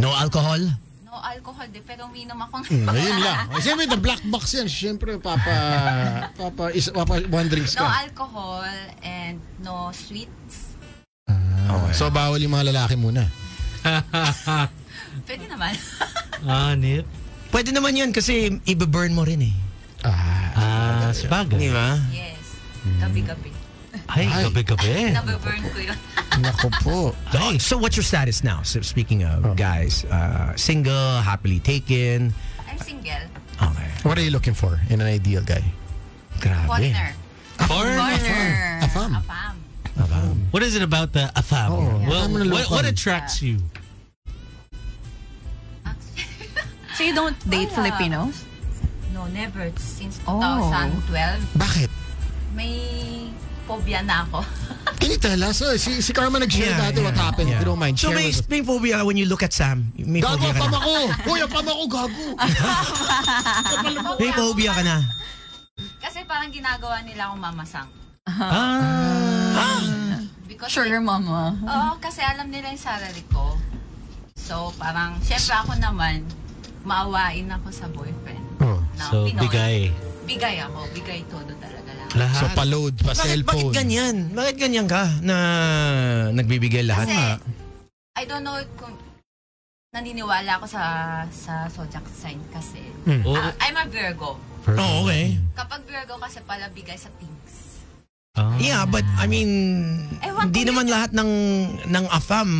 [SPEAKER 3] No alcohol?
[SPEAKER 5] No alcohol, di, pero uminom ako.
[SPEAKER 2] Mm,
[SPEAKER 5] <laughs>
[SPEAKER 2] ayun lang. Oh, Siyempre, the black box yan. Siyempre, papa, papa, is, papa one drinks
[SPEAKER 5] no
[SPEAKER 2] ka.
[SPEAKER 5] alcohol and no sweets.
[SPEAKER 2] So, bawal yung mga lalaki muna.
[SPEAKER 5] Pwede naman.
[SPEAKER 4] Ah, nip.
[SPEAKER 3] Pwede naman yun kasi ibe-burn mo rin eh.
[SPEAKER 2] Ah,
[SPEAKER 4] Ah,
[SPEAKER 3] Di
[SPEAKER 4] sabagay.
[SPEAKER 3] ba?
[SPEAKER 5] <laughs> yes.
[SPEAKER 2] Mm.
[SPEAKER 5] Gabi-gabi.
[SPEAKER 4] Ay,
[SPEAKER 2] Ay.
[SPEAKER 4] gabi-gabi.
[SPEAKER 5] Nababurn ko yun. <laughs>
[SPEAKER 2] nako po.
[SPEAKER 3] Dog. So what's your status now? So speaking of
[SPEAKER 2] Oh.
[SPEAKER 3] guys, uh, single, happily taken.
[SPEAKER 5] I'm single.
[SPEAKER 3] Okay.
[SPEAKER 2] What are you looking for in an ideal guy?
[SPEAKER 3] Grabe.
[SPEAKER 5] Partner. Corner.
[SPEAKER 2] Afam.
[SPEAKER 5] Afam.
[SPEAKER 4] What is it about the afam?
[SPEAKER 2] Oh,
[SPEAKER 4] Well,
[SPEAKER 2] afam na
[SPEAKER 4] what,
[SPEAKER 2] lokal.
[SPEAKER 4] what attracts you?
[SPEAKER 5] So you don't
[SPEAKER 7] date
[SPEAKER 3] Oh,
[SPEAKER 7] Filipinos?
[SPEAKER 5] <laughs> No, never. Since
[SPEAKER 7] Oh.
[SPEAKER 5] 2012,
[SPEAKER 2] Bakit?
[SPEAKER 5] may phobia
[SPEAKER 2] <laughs>
[SPEAKER 5] na ako.
[SPEAKER 2] Can you tell us? Oh, si, si Karma nag-share
[SPEAKER 3] Yeah,
[SPEAKER 2] dati
[SPEAKER 3] yeah,
[SPEAKER 2] what happened.
[SPEAKER 3] yeah.
[SPEAKER 2] If you don't mind,
[SPEAKER 3] So
[SPEAKER 2] share
[SPEAKER 3] may,
[SPEAKER 2] with us.
[SPEAKER 3] may phobia when you look at Sam. May
[SPEAKER 2] Gago,
[SPEAKER 3] phobia ka
[SPEAKER 2] pam
[SPEAKER 3] na.
[SPEAKER 2] ako! Uy, pam ako, gago!
[SPEAKER 3] May phobia ka na.
[SPEAKER 5] Kasi parang ginagawa nila akong mamasang.
[SPEAKER 2] Ah!
[SPEAKER 5] Because
[SPEAKER 7] Sugar mama.
[SPEAKER 5] Oo, kasi alam nila yung salary ko. So, parang, syempre ako naman, maawain ako sa boyfriend.
[SPEAKER 2] <laughs> Oh,
[SPEAKER 4] So,
[SPEAKER 5] na Pinoy.
[SPEAKER 4] bigay.
[SPEAKER 5] Bigay ako. Bigay todo talaga lang.
[SPEAKER 2] So,
[SPEAKER 4] Lahat.
[SPEAKER 2] paload, pa
[SPEAKER 3] Bakit, bakit
[SPEAKER 2] cellphone.
[SPEAKER 3] ganyan? Bakit ganyan ka na nagbibigay lahat?
[SPEAKER 5] Kasi, I don't know kung naniniwala ako sa sa zodiac sign kasi.
[SPEAKER 4] Oh,
[SPEAKER 5] Ah, I'm a Virgo.
[SPEAKER 3] Oh, okay.
[SPEAKER 5] Kapag Virgo kasi pala bigay sa things.
[SPEAKER 4] ah.
[SPEAKER 3] Yeah, but I mean,
[SPEAKER 5] Ewan
[SPEAKER 3] hindi
[SPEAKER 5] ko
[SPEAKER 3] naman lahat ng ng AFAM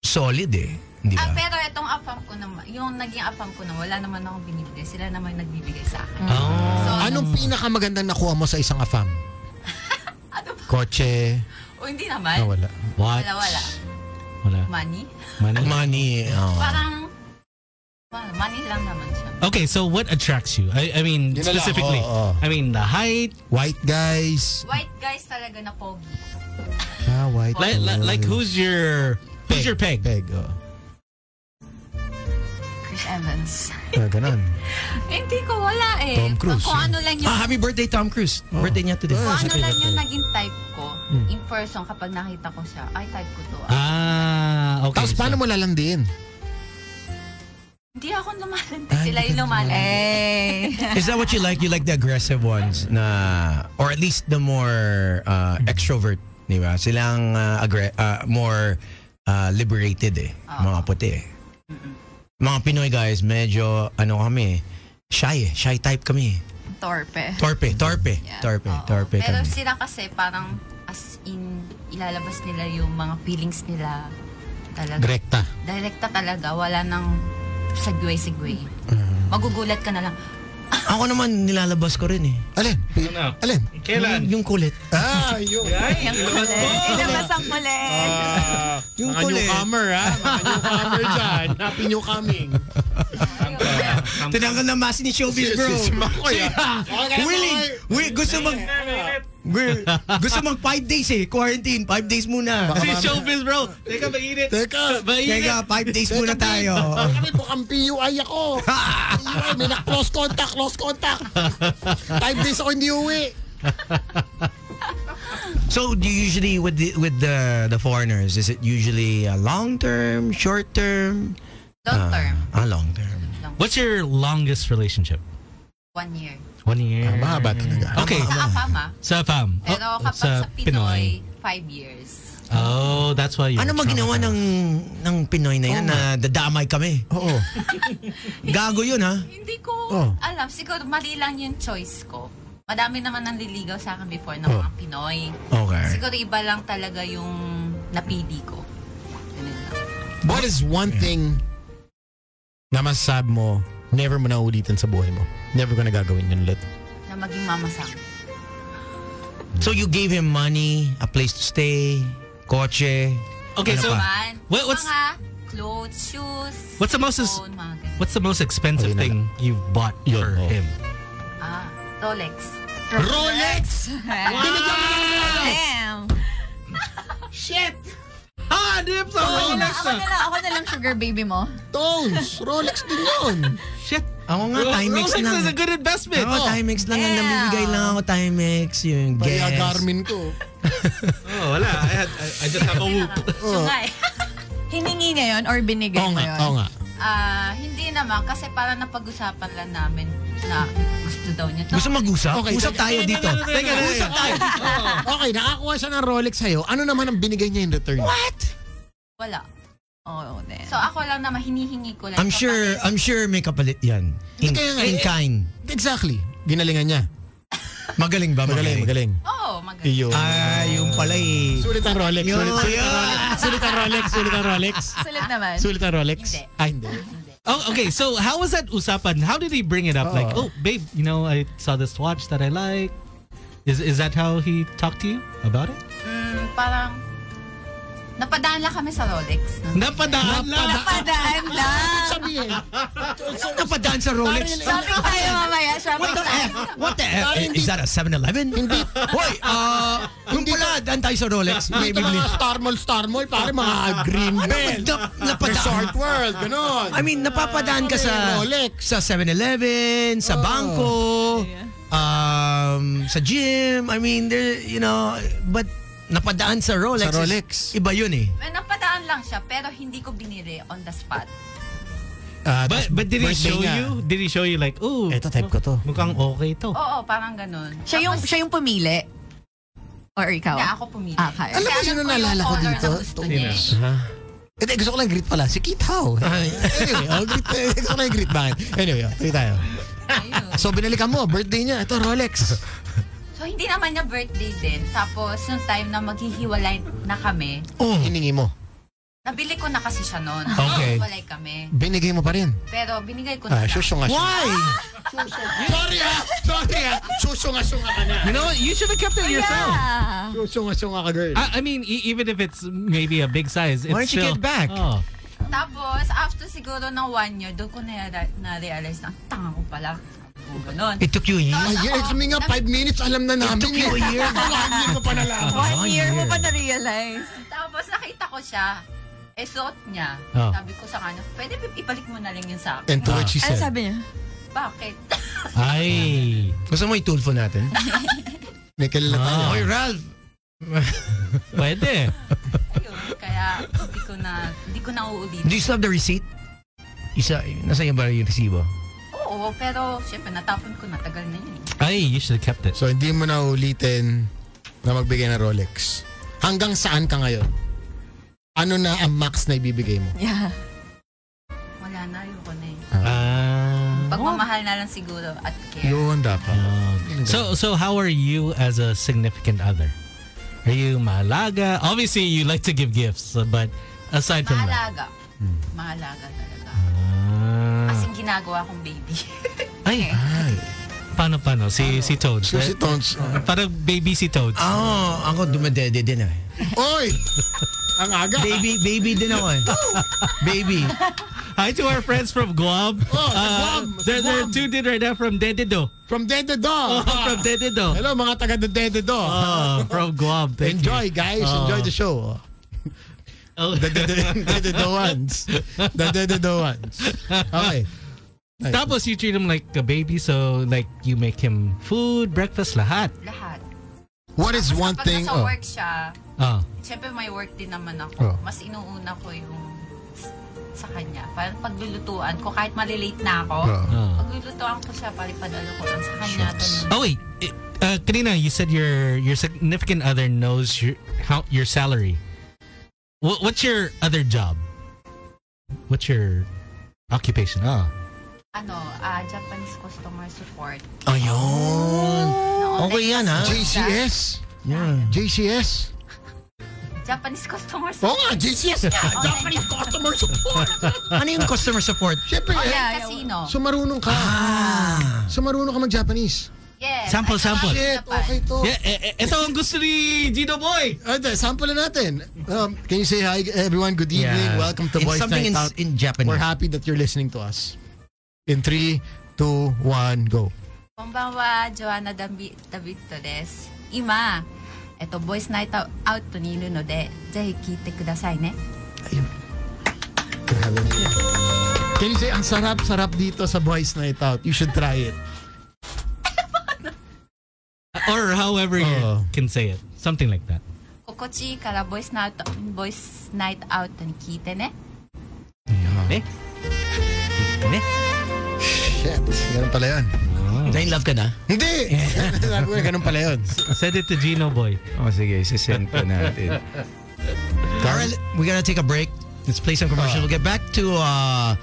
[SPEAKER 3] solid eh. Di ba?
[SPEAKER 5] Ah, pero itong apam ko naman, yung naging apam ko na wala naman akong binibigay. Sila naman yung nagbibigay sa akin.
[SPEAKER 4] Oh.
[SPEAKER 5] So,
[SPEAKER 2] Anong pinakamagandang nakuha mo sa isang afam? Kotse.
[SPEAKER 5] o hindi naman.
[SPEAKER 2] Ah, wala.
[SPEAKER 4] What?
[SPEAKER 5] Wala, wala.
[SPEAKER 4] Wala.
[SPEAKER 5] Money.
[SPEAKER 4] Money.
[SPEAKER 3] Money. oh.
[SPEAKER 5] Parang, well, money lang naman siya.
[SPEAKER 4] Okay, so what attracts you? I, I mean,
[SPEAKER 2] Yun na lang,
[SPEAKER 4] specifically.
[SPEAKER 2] oo, oo.
[SPEAKER 4] I mean, the height.
[SPEAKER 2] White guys.
[SPEAKER 5] White guys talaga na pogi.
[SPEAKER 2] Ah, white oh.
[SPEAKER 4] Like, like, like who's your... Who's your peg?
[SPEAKER 2] Peg, oh.
[SPEAKER 5] Chris Evans.
[SPEAKER 2] Ah, ganun.
[SPEAKER 5] Hindi ko, wala eh.
[SPEAKER 2] Tom Cruise,
[SPEAKER 5] Kung
[SPEAKER 2] eh.
[SPEAKER 5] ano lang yung,
[SPEAKER 3] Ah, happy birthday, Tom Cruise.
[SPEAKER 2] Oh.
[SPEAKER 3] Birthday niya today.
[SPEAKER 5] kung ano lang yung naging type ko in person kapag nakita ko siya, ay type ko to. Ah.
[SPEAKER 4] Ah, okay.
[SPEAKER 2] Tapos paano mo lalandiin?
[SPEAKER 5] Hindi ako lumalandi. Sila yung
[SPEAKER 3] <laughs>
[SPEAKER 5] lumalandi.
[SPEAKER 3] Is that what you like? You like the aggressive ones na or at least the more uh, extrovert, di ba? Silang uh, aggre- uh, more uh, liberated eh.
[SPEAKER 5] Ah.
[SPEAKER 3] Mga puti eh. Mga Pinoy guys, medyo ano kami eh, shy eh. Shy type kami eh.
[SPEAKER 5] Torpe.
[SPEAKER 3] Torpe, torpe, torpe,
[SPEAKER 5] Oo.
[SPEAKER 3] torpe
[SPEAKER 5] Pero
[SPEAKER 3] kami.
[SPEAKER 5] sila kasi parang as in ilalabas nila yung mga feelings nila talaga.
[SPEAKER 2] Direkta.
[SPEAKER 5] Direkta talaga. Wala nang segway-segway. Magugulat ka na lang.
[SPEAKER 3] Ako naman nilalabas ko rin eh.
[SPEAKER 2] Alin?
[SPEAKER 4] Ano?
[SPEAKER 2] Alin?
[SPEAKER 4] Kailan?
[SPEAKER 3] Yung kulit.
[SPEAKER 2] Ah, yun.
[SPEAKER 5] Yung kulit. Ilabas ang kulit.
[SPEAKER 7] Ah.
[SPEAKER 3] Yung
[SPEAKER 8] Mga newcomer, ha?
[SPEAKER 2] ah.
[SPEAKER 8] Mga newcomer dyan.
[SPEAKER 2] Happy new coming.
[SPEAKER 3] Tinanggal na mask ni Showbiz, bro.
[SPEAKER 2] Yes, yes, Makoy,
[SPEAKER 3] <laughs>
[SPEAKER 2] ah.
[SPEAKER 3] Willing. Wi- gusto mag... Wi- gusto mag five days eh. Quarantine. Five days muna.
[SPEAKER 4] Si Showbiz, bro. Teka, mainit.
[SPEAKER 2] Teka.
[SPEAKER 4] Mainit.
[SPEAKER 3] Teka, five days muna tayo.
[SPEAKER 2] Baka may bukang PUI ako. PUI, may na-close contact, close <laughs> contact. Five days ako hindi uwi.
[SPEAKER 3] So, do you usually with the, with the the foreigners, is it usually a long term, short term?
[SPEAKER 5] Long term.
[SPEAKER 3] Ah, long term.
[SPEAKER 4] What's your longest relationship?
[SPEAKER 5] One year.
[SPEAKER 4] One year.
[SPEAKER 2] Mahaba talaga.
[SPEAKER 4] Okay.
[SPEAKER 5] Sa AFAM ah.
[SPEAKER 4] Sa fam.
[SPEAKER 5] Pero
[SPEAKER 4] Oh,
[SPEAKER 5] kapag sa, Pinoy, five years.
[SPEAKER 4] Oh, that's why you
[SPEAKER 3] Ano
[SPEAKER 4] were
[SPEAKER 3] maginawa ng ng Pinoy na yan na dadamay kami?
[SPEAKER 2] Oo.
[SPEAKER 3] Gago yun ha.
[SPEAKER 5] Hindi ko
[SPEAKER 2] Oh.
[SPEAKER 5] alam. Siguro mali lang yung choice ko. Madami naman ang liligaw sa akin before ng
[SPEAKER 2] Oh.
[SPEAKER 5] mga Pinoy.
[SPEAKER 3] Okay.
[SPEAKER 5] Siguro iba lang talaga yung napili ko. Ganun lang.
[SPEAKER 2] What is one thing na masasab mo, never mo na ulitin sa buhay mo? Never ko na gagawin yun ulit.
[SPEAKER 5] Na maging mama sa akin.
[SPEAKER 3] So you gave him money, a place to stay, kotse.
[SPEAKER 4] Okay,
[SPEAKER 3] Ano
[SPEAKER 4] so
[SPEAKER 3] pa?
[SPEAKER 5] Man,
[SPEAKER 4] What- Ah. what's-
[SPEAKER 5] mga clothes, shoes,
[SPEAKER 4] What's the most is-
[SPEAKER 5] phone, mga ganun.
[SPEAKER 4] what's the most expensive
[SPEAKER 2] Okay na
[SPEAKER 4] thing you've bought
[SPEAKER 2] Yun,
[SPEAKER 4] for
[SPEAKER 2] oh.
[SPEAKER 4] him?
[SPEAKER 5] Ah, Rolex.
[SPEAKER 2] Rolex!
[SPEAKER 5] Damn!
[SPEAKER 4] Ah, dips Rolex
[SPEAKER 5] Ako na lang, ako na lang sugar baby mo.
[SPEAKER 2] Tones! Rolex din yun!
[SPEAKER 4] Shit. Oh,
[SPEAKER 3] Ako nga, Timex
[SPEAKER 4] Rolex
[SPEAKER 3] lang.
[SPEAKER 4] is a good investment. Oh.
[SPEAKER 3] Ako, Timex lang. Ang
[SPEAKER 5] Yeah.
[SPEAKER 3] namimigay lang ako, Timex. Yung
[SPEAKER 2] Kaya
[SPEAKER 3] gas.
[SPEAKER 2] Garmin ko.
[SPEAKER 4] Oh, wala. I, had, I, I just have a <laughs> whoop.
[SPEAKER 5] Sungay. Hiningi niya yun or binigay
[SPEAKER 2] Oo
[SPEAKER 5] mo
[SPEAKER 2] nga,
[SPEAKER 5] yun?
[SPEAKER 2] oo nga.
[SPEAKER 5] <laughs> Ah, hindi naman kasi para napag-usapan lang namin na gusto daw niya to.
[SPEAKER 3] Gusto mag-usap?
[SPEAKER 2] Okay,
[SPEAKER 3] Usap
[SPEAKER 2] teka.
[SPEAKER 3] tayo dito.
[SPEAKER 4] Teka, usap tayo.
[SPEAKER 2] Okay, nakakuha siya ng Rolex sa'yo. Ano naman ang binigay niya in return? What?
[SPEAKER 5] Wala.
[SPEAKER 7] Oh, then.
[SPEAKER 5] So ako lang naman hinihingi ko lang.
[SPEAKER 3] I'm
[SPEAKER 5] So,
[SPEAKER 3] sure,
[SPEAKER 5] parang-
[SPEAKER 3] I'm sure may kapalit yan. In,
[SPEAKER 2] Kaya nga,
[SPEAKER 3] in
[SPEAKER 2] eh,
[SPEAKER 3] kind.
[SPEAKER 2] Exactly. Ginalingan niya.
[SPEAKER 3] Magaling ba?
[SPEAKER 2] Magaling, magaling.
[SPEAKER 5] Oo, magaling.
[SPEAKER 2] Iyo.
[SPEAKER 3] Ah, yung pala eh.
[SPEAKER 2] Sulit ang Rolex.
[SPEAKER 3] Yun,
[SPEAKER 2] Sulit, sulit ang Rolex. Sulit ang Rolex. Sulit ang Rolex.
[SPEAKER 7] Sulit naman.
[SPEAKER 2] Sulit ang Rolex.
[SPEAKER 5] Hindi.
[SPEAKER 2] Ah, hindi.
[SPEAKER 4] Oh, okay. So how was that usapan? How did he bring it up? Like, oh, babe, you know, I saw this watch that I like. Is is that how he talked to you about it?
[SPEAKER 5] Mm, parang napadaan lang kami sa Rolex.
[SPEAKER 4] Napadaan lang.
[SPEAKER 7] Padaan <laughs> lang.
[SPEAKER 2] Sabihin.
[SPEAKER 3] Saan napadaan sa Rolex?
[SPEAKER 7] Shopping tayo mamaya.
[SPEAKER 3] What
[SPEAKER 7] Shopping
[SPEAKER 3] the
[SPEAKER 7] tayo.
[SPEAKER 3] F? What the F? Is that a 7-Eleven? Hindi. Hoy, ah, yung pala, daan tayo sa Rolex. May
[SPEAKER 2] Dito
[SPEAKER 3] bibili.
[SPEAKER 2] mga Star Mall, Star Mall, pare mga Green Bell.
[SPEAKER 3] Nap- Napadaan.
[SPEAKER 2] Resort World, ganun.
[SPEAKER 3] I mean, napapadaan ka sa
[SPEAKER 2] Rolex. Oh.
[SPEAKER 3] sa 7-Eleven, sa bangko, um, sa gym. I mean, there, you know, but napadaan sa Rolex.
[SPEAKER 2] Sa Rolex.
[SPEAKER 3] is- Iba yun eh.
[SPEAKER 5] Well, napadaan lang siya pero hindi ko binili on the spot.
[SPEAKER 2] Ah, tas
[SPEAKER 4] But but did he
[SPEAKER 2] birthday
[SPEAKER 4] show
[SPEAKER 2] niya.
[SPEAKER 4] you? Did he show you like, oh,
[SPEAKER 2] Eto, type ko to.
[SPEAKER 4] Mukhang okay to.
[SPEAKER 5] Oo, parang ganun.
[SPEAKER 7] Siya yung, siya yung pumili. Or ikaw.
[SPEAKER 5] Hindi, ako pumili.
[SPEAKER 7] Ah, kaya.
[SPEAKER 2] Alam mo,
[SPEAKER 5] Kasi
[SPEAKER 2] sino
[SPEAKER 5] alam ko
[SPEAKER 2] naalala
[SPEAKER 5] yung
[SPEAKER 2] ko
[SPEAKER 5] color
[SPEAKER 2] dito?
[SPEAKER 5] na gusto niya eh.
[SPEAKER 2] Hindi, gusto ko lang greet pala. Si Keith Howe. anyway, oh, greet, <laughs> eh, gusto ko lang greet. Bakit? Anyway, oh, tuloy tayo.
[SPEAKER 5] Ayun.
[SPEAKER 2] So, binalikan mo, birthday niya. Ito, Rolex.
[SPEAKER 5] So, hindi naman niya birthday din. Tapos, nung time na maghihiwalay na kami,
[SPEAKER 2] Oh. Hiningi mo.
[SPEAKER 5] nabili ko na kasi siya noon.
[SPEAKER 3] Okay.
[SPEAKER 5] Hiwalay kami.
[SPEAKER 2] Binigay mo pa rin.
[SPEAKER 5] Pero, binigay ko
[SPEAKER 2] Ah,
[SPEAKER 5] na lang.
[SPEAKER 2] susunga siya. Why? Sorry ha! Sorry ha! Susunga-sunga ka na.
[SPEAKER 4] You know what? You should have kept
[SPEAKER 2] Oh,
[SPEAKER 4] it yourself.
[SPEAKER 7] Yeah.
[SPEAKER 2] Susunga-sunga ka, girl.
[SPEAKER 4] I, I mean, e- even if it's maybe a big size, it's
[SPEAKER 3] Why don't you
[SPEAKER 4] still,
[SPEAKER 3] get back?
[SPEAKER 4] Oh.
[SPEAKER 5] Tapos, after siguro ng one year, doon ko na- na-realize na, ang tanga ko pala. Kung Ganun.
[SPEAKER 3] It took you a year.
[SPEAKER 2] Ay, yeah, it's me nga, five minutes, alam na namin. eh.
[SPEAKER 3] took you a year.
[SPEAKER 2] Alam niyo ko pa nalaman.
[SPEAKER 7] One year mo pa na-realize.
[SPEAKER 5] Tapos, nakita ko siya. Eh, suot niya.
[SPEAKER 2] Ah.
[SPEAKER 4] Oh.
[SPEAKER 5] Sabi ko sa kanya, pwede ba ibalik mo na lang yun sa akin.
[SPEAKER 2] And to what she
[SPEAKER 7] Ano
[SPEAKER 2] said.
[SPEAKER 7] sabi niya?
[SPEAKER 5] Bakit? <laughs>
[SPEAKER 4] Ay.
[SPEAKER 3] Gusto mo itulfo natin?
[SPEAKER 2] May kilala tayo.
[SPEAKER 3] Oy, Ralph!
[SPEAKER 4] Ah. <laughs> Pwede.
[SPEAKER 5] Ayun. Kaya, hindi ko na, hindi ko na uulitin.
[SPEAKER 3] Do you still have the receipt? Isa, nasa iyo ba yung resibo?
[SPEAKER 5] Oo, pero syempre natapon ko na tagal na yun. eh.
[SPEAKER 4] Ay, you should have kept it.
[SPEAKER 2] So, hindi mo na ulitin na magbigay ng Rolex. Hanggang saan ka ngayon? Ano na ang max na ibibigay mo?
[SPEAKER 7] Yeah.
[SPEAKER 5] Wala na, ayoko na eh.
[SPEAKER 4] Ah.
[SPEAKER 5] Pagmamahal na lang siguro at care.
[SPEAKER 2] Yun dapat.
[SPEAKER 4] So so how are you as a significant other? Are you malaga? Obviously you like to give gifts, but aside from that.
[SPEAKER 5] Mahalaga.
[SPEAKER 2] Hmm.
[SPEAKER 5] Mahalaga talaga.
[SPEAKER 2] Ah.
[SPEAKER 5] Kasi ginagawa kong baby. <laughs>
[SPEAKER 4] Ay. Paano paano si si Toad?
[SPEAKER 2] So, si Tons,
[SPEAKER 4] Para baby si Toad.
[SPEAKER 3] Ah, Oo, ako dumadede din eh.
[SPEAKER 2] Oy! Ang aga.
[SPEAKER 3] Baby, baby din ako
[SPEAKER 4] <laughs>
[SPEAKER 3] eh. baby.
[SPEAKER 4] Hi to our friends from Guam.
[SPEAKER 2] Oh, sa Guam, sa
[SPEAKER 4] There, there are
[SPEAKER 2] Guam.
[SPEAKER 4] Ah, two Ah. did right now from Dededo.
[SPEAKER 2] From Dede Dog.
[SPEAKER 4] from Dededo.
[SPEAKER 2] Hello mga taga Dede Dog.
[SPEAKER 4] Oh, from Guam. Thank
[SPEAKER 2] Enjoy
[SPEAKER 4] You. Ah.
[SPEAKER 2] guys. Enjoy the show.
[SPEAKER 4] <laughs> Oh.
[SPEAKER 2] The Dede Dede Dog ones. The Dede Dog ones. Okay.
[SPEAKER 4] Tapos you treat him like a baby, so like you make him food, breakfast, lahat.
[SPEAKER 5] Lahat.
[SPEAKER 2] What is one
[SPEAKER 5] Pag
[SPEAKER 2] thing?
[SPEAKER 5] nasa
[SPEAKER 2] oh,
[SPEAKER 5] work siya,
[SPEAKER 4] Oh.
[SPEAKER 5] syempre may work din naman
[SPEAKER 2] Oh.
[SPEAKER 5] ako. Mas inuuna ko yung s- sa kanya. Parang paglulutuan ko, kahit malilate na ako,
[SPEAKER 4] Oh.
[SPEAKER 5] paglulutuan ko siya, palipadalo ko lang sa kanya. ganun.
[SPEAKER 4] Oh wait, It- uh, Karina, you said your your significant other knows your how your salary. What what's your other job? What's your occupation? Ah,
[SPEAKER 5] Ano, ah, Japanese customer support.
[SPEAKER 3] Ayun.
[SPEAKER 5] Na
[SPEAKER 3] Okay
[SPEAKER 5] online
[SPEAKER 3] yan, ha?
[SPEAKER 2] Oh.
[SPEAKER 5] customer service.
[SPEAKER 2] JCS? JCS?
[SPEAKER 5] Japanese
[SPEAKER 2] Oo
[SPEAKER 5] customer support.
[SPEAKER 2] nga, JCS nga. Japanese customer support.
[SPEAKER 3] Ano yung customer support?
[SPEAKER 2] Siyempre, eh,
[SPEAKER 5] Online casino.
[SPEAKER 2] sumarunong ka.
[SPEAKER 3] Ah.
[SPEAKER 2] Sumarunong ka mag-Japanese.
[SPEAKER 5] Yes.
[SPEAKER 4] Sample,
[SPEAKER 5] Ay,
[SPEAKER 4] sample.
[SPEAKER 5] nakakita
[SPEAKER 2] Shit,
[SPEAKER 5] pa.
[SPEAKER 2] okay to.
[SPEAKER 4] yeah. Eh, eh, ito ang gusto ni Gino Boy.
[SPEAKER 2] Ate, sample na natin. Um, can you say hi everyone? Good evening. Welcome to
[SPEAKER 3] It's
[SPEAKER 2] Voice
[SPEAKER 3] something in,
[SPEAKER 2] Night Out.
[SPEAKER 3] in Japanese.
[SPEAKER 2] We're happy that you're listening to us. In 3, 2, 1, go.
[SPEAKER 5] Konbanwa, Joanna Dambi David Torres. Ima, eto voice night out out to ni Luno de, ぜひ聞いてくださいね.
[SPEAKER 2] Can you say, ang sarap-sarap dito sa Voice Night Out. You should try it.
[SPEAKER 4] Or however you
[SPEAKER 2] Oh.
[SPEAKER 4] can say it. Something like that.
[SPEAKER 5] 心地いいからボイスナイト、ボイスナイトアウトに聞いてね。
[SPEAKER 4] Eh? Eh?
[SPEAKER 2] Shit, ganun pala yun.
[SPEAKER 3] Na in love ka na?
[SPEAKER 4] <laughs>
[SPEAKER 2] Hindi! <laughs> Sabi ko na, ganun pala yun.
[SPEAKER 4] Said it to Gino Boy.
[SPEAKER 3] Oh, sige. Sisend ka natin. All right, we gotta take a break. Let's play some commercial. We'll get back to uh,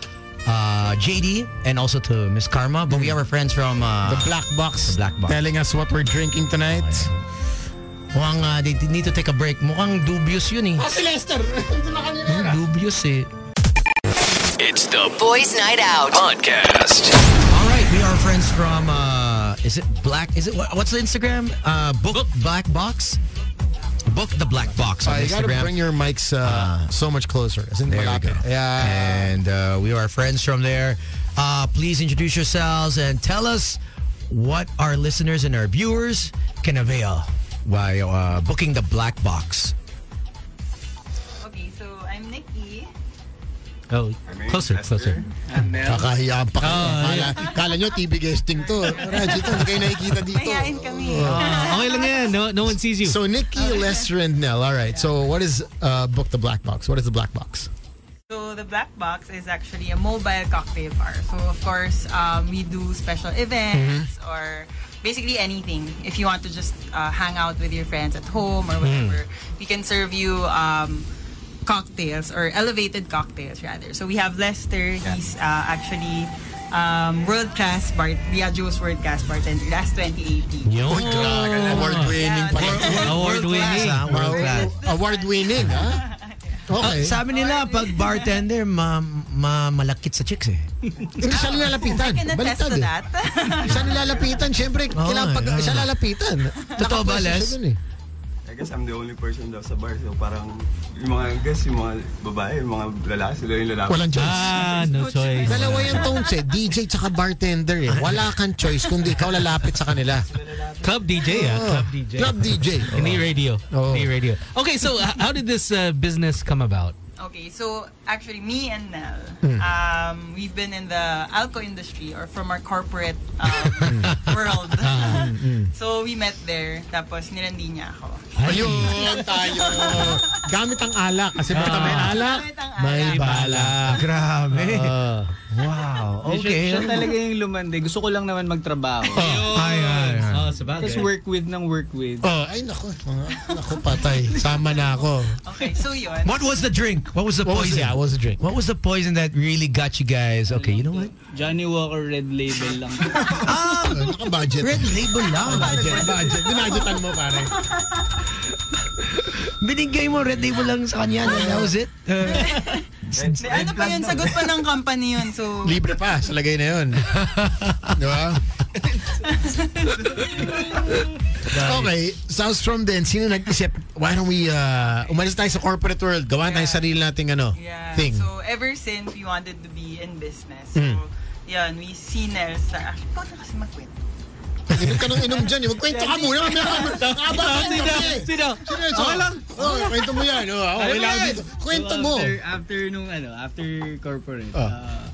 [SPEAKER 3] uh, JD and also to Miss Karma. But we have our friends from... Uh,
[SPEAKER 2] Mm-hmm. The Black Box.
[SPEAKER 3] The Black Box.
[SPEAKER 2] Telling us what we're drinking tonight.
[SPEAKER 3] Mukhang uh, they need to take a break. Mukhang dubious yun eh.
[SPEAKER 2] Ah, si Lester! Hmm.
[SPEAKER 3] Mukhang dubious eh.
[SPEAKER 1] It's the
[SPEAKER 9] Boys Night Out.
[SPEAKER 1] podcast.
[SPEAKER 3] All right, we are friends from uh is it Black is it what, what's the Instagram? Uh Book Black Box. Book the Black Box on
[SPEAKER 2] Uh, you gotta
[SPEAKER 3] Instagram.
[SPEAKER 2] bring your mics uh, so much closer. As in
[SPEAKER 3] there we go.
[SPEAKER 2] malapit. Yeah.
[SPEAKER 3] And uh, we are friends from there. Uh please introduce yourselves and tell us what our listeners and our viewers can avail by uh, booking the Black Box.
[SPEAKER 5] Okay, so I'm Nikki.
[SPEAKER 4] Oh, closer, closer.
[SPEAKER 2] Kakahiyaan pa kayo. kala, kala nyo TV guesting to. Radyo to, hindi kayo nakikita dito.
[SPEAKER 7] Mayayain kami.
[SPEAKER 4] Ah, okay lang yan. No, no one sees you.
[SPEAKER 2] So Nikki,
[SPEAKER 10] Oh,
[SPEAKER 2] Lester, and Nell. All right. So what is uh, book the black box? What is the black box?
[SPEAKER 10] So the Black Box is actually a mobile cocktail bar. So of course, um, we do special events or basically anything. If you want to just uh, hang out with your friends at home or whatever, we can serve you um, cocktails or elevated cocktails rather. So we have Lester. He's uh, actually um, world class bar, Diageo's world class bartender. That's 2018.
[SPEAKER 4] Yo.
[SPEAKER 2] Uy, grabe. Award-winning pa.
[SPEAKER 10] Yeah,
[SPEAKER 4] Award winning.
[SPEAKER 3] Class, ah, world class. Uh,
[SPEAKER 2] Award-winning, ha? Okay.
[SPEAKER 3] Sabi nila, pag bartender, ma, ma malakit sa chicks eh.
[SPEAKER 2] Hindi siya nilalapitan.
[SPEAKER 10] Can attest
[SPEAKER 2] Baliktad
[SPEAKER 10] to
[SPEAKER 2] eh.
[SPEAKER 10] that.
[SPEAKER 2] Siya nilalapitan. Siyempre, kailangan pag
[SPEAKER 3] yeah.
[SPEAKER 2] siya lalapitan.
[SPEAKER 3] eh, Totoo ba,
[SPEAKER 2] Nakapwesto siya
[SPEAKER 3] Les?
[SPEAKER 2] dun eh.
[SPEAKER 11] I guess I'm the only person daw sa bar. So parang yung mga, I guess yung mga babae, yung mga lalaki, sila yung lalaki.
[SPEAKER 2] Walang choice.
[SPEAKER 4] Ah, no choice.
[SPEAKER 2] Dalawa yung tones eh. DJ tsaka bartender eh. Wala kang <laughs> choice kundi ikaw lalapit sa kanila.
[SPEAKER 4] Club DJ, ah. Club
[SPEAKER 2] Oh.
[SPEAKER 4] DJ.
[SPEAKER 2] Club DJ.
[SPEAKER 4] Ni radio.
[SPEAKER 2] Oo.
[SPEAKER 4] Ni radio. Okay, so h- how did this uh, business come about?
[SPEAKER 10] Okay, so actually, me and Nell,
[SPEAKER 2] Hmm.
[SPEAKER 12] Mm.
[SPEAKER 10] um, we've been in the alco industry or from our corporate
[SPEAKER 2] Hmm.
[SPEAKER 10] um, <laughs> world. so we met there, tapos nilandi niya ako.
[SPEAKER 13] Ayun tayo. Gamit ang alak. Kasi
[SPEAKER 2] Ah.
[SPEAKER 13] basta may alak, may balak.
[SPEAKER 6] Grabe. <laughs> Ah.
[SPEAKER 13] Oo.
[SPEAKER 6] wow.
[SPEAKER 11] Okay. Siya, siya talaga yung lumande. Gusto ko lang naman magtrabaho.
[SPEAKER 3] <laughs>
[SPEAKER 6] Ay, ay, ay.
[SPEAKER 11] Oh, sabagay. Tapos work with ng work with.
[SPEAKER 2] Oh, ay nako. Mga- Nako patay. Sama na ako.
[SPEAKER 10] Okay, so yun.
[SPEAKER 6] What was the drink? What was the
[SPEAKER 2] What was-
[SPEAKER 6] poison?
[SPEAKER 2] yeah, what was the drink?
[SPEAKER 6] What was the poison that really got you guys? Okay, you know what?
[SPEAKER 11] Johnny Walker Red Label lang.
[SPEAKER 2] Ah, naka-budget.
[SPEAKER 6] Red label <laughs> lang.
[SPEAKER 2] Budget, budget. Dinagetan mo, pare.
[SPEAKER 6] Binigay mo red label lang sa kanya. and That was it. Uh,
[SPEAKER 10] May ano pa yun, sagot pa ng company yun. So,
[SPEAKER 2] Libre pa, sa lagay na <laughs> yun. Di ba? Okay, sounds from then, sino nag-isip, why don't we, uh, umalis tayo sa corporate world, gawa tayo sarili nating ano,
[SPEAKER 10] yeah.
[SPEAKER 2] thing.
[SPEAKER 10] So, ever since we wanted to be in business, so,
[SPEAKER 2] Mm.
[SPEAKER 10] yun, we see Nell sa... Actually, ikaw na kasi magkwento.
[SPEAKER 2] Inom ka ng inom dyan. eh. Magkwento ka muna. Mamaya ka muna. Aba,
[SPEAKER 13] Sino?
[SPEAKER 11] Sino?
[SPEAKER 2] Sino? Sino?
[SPEAKER 11] Ako lang.
[SPEAKER 2] Oh, kwento mo yan. Oh, ako,
[SPEAKER 11] Alam mo
[SPEAKER 2] kailangan
[SPEAKER 11] yan.
[SPEAKER 2] dito. Kwento
[SPEAKER 11] So,
[SPEAKER 2] mo.
[SPEAKER 11] After, after nung ano, after corporate,
[SPEAKER 2] Ah.
[SPEAKER 11] uh,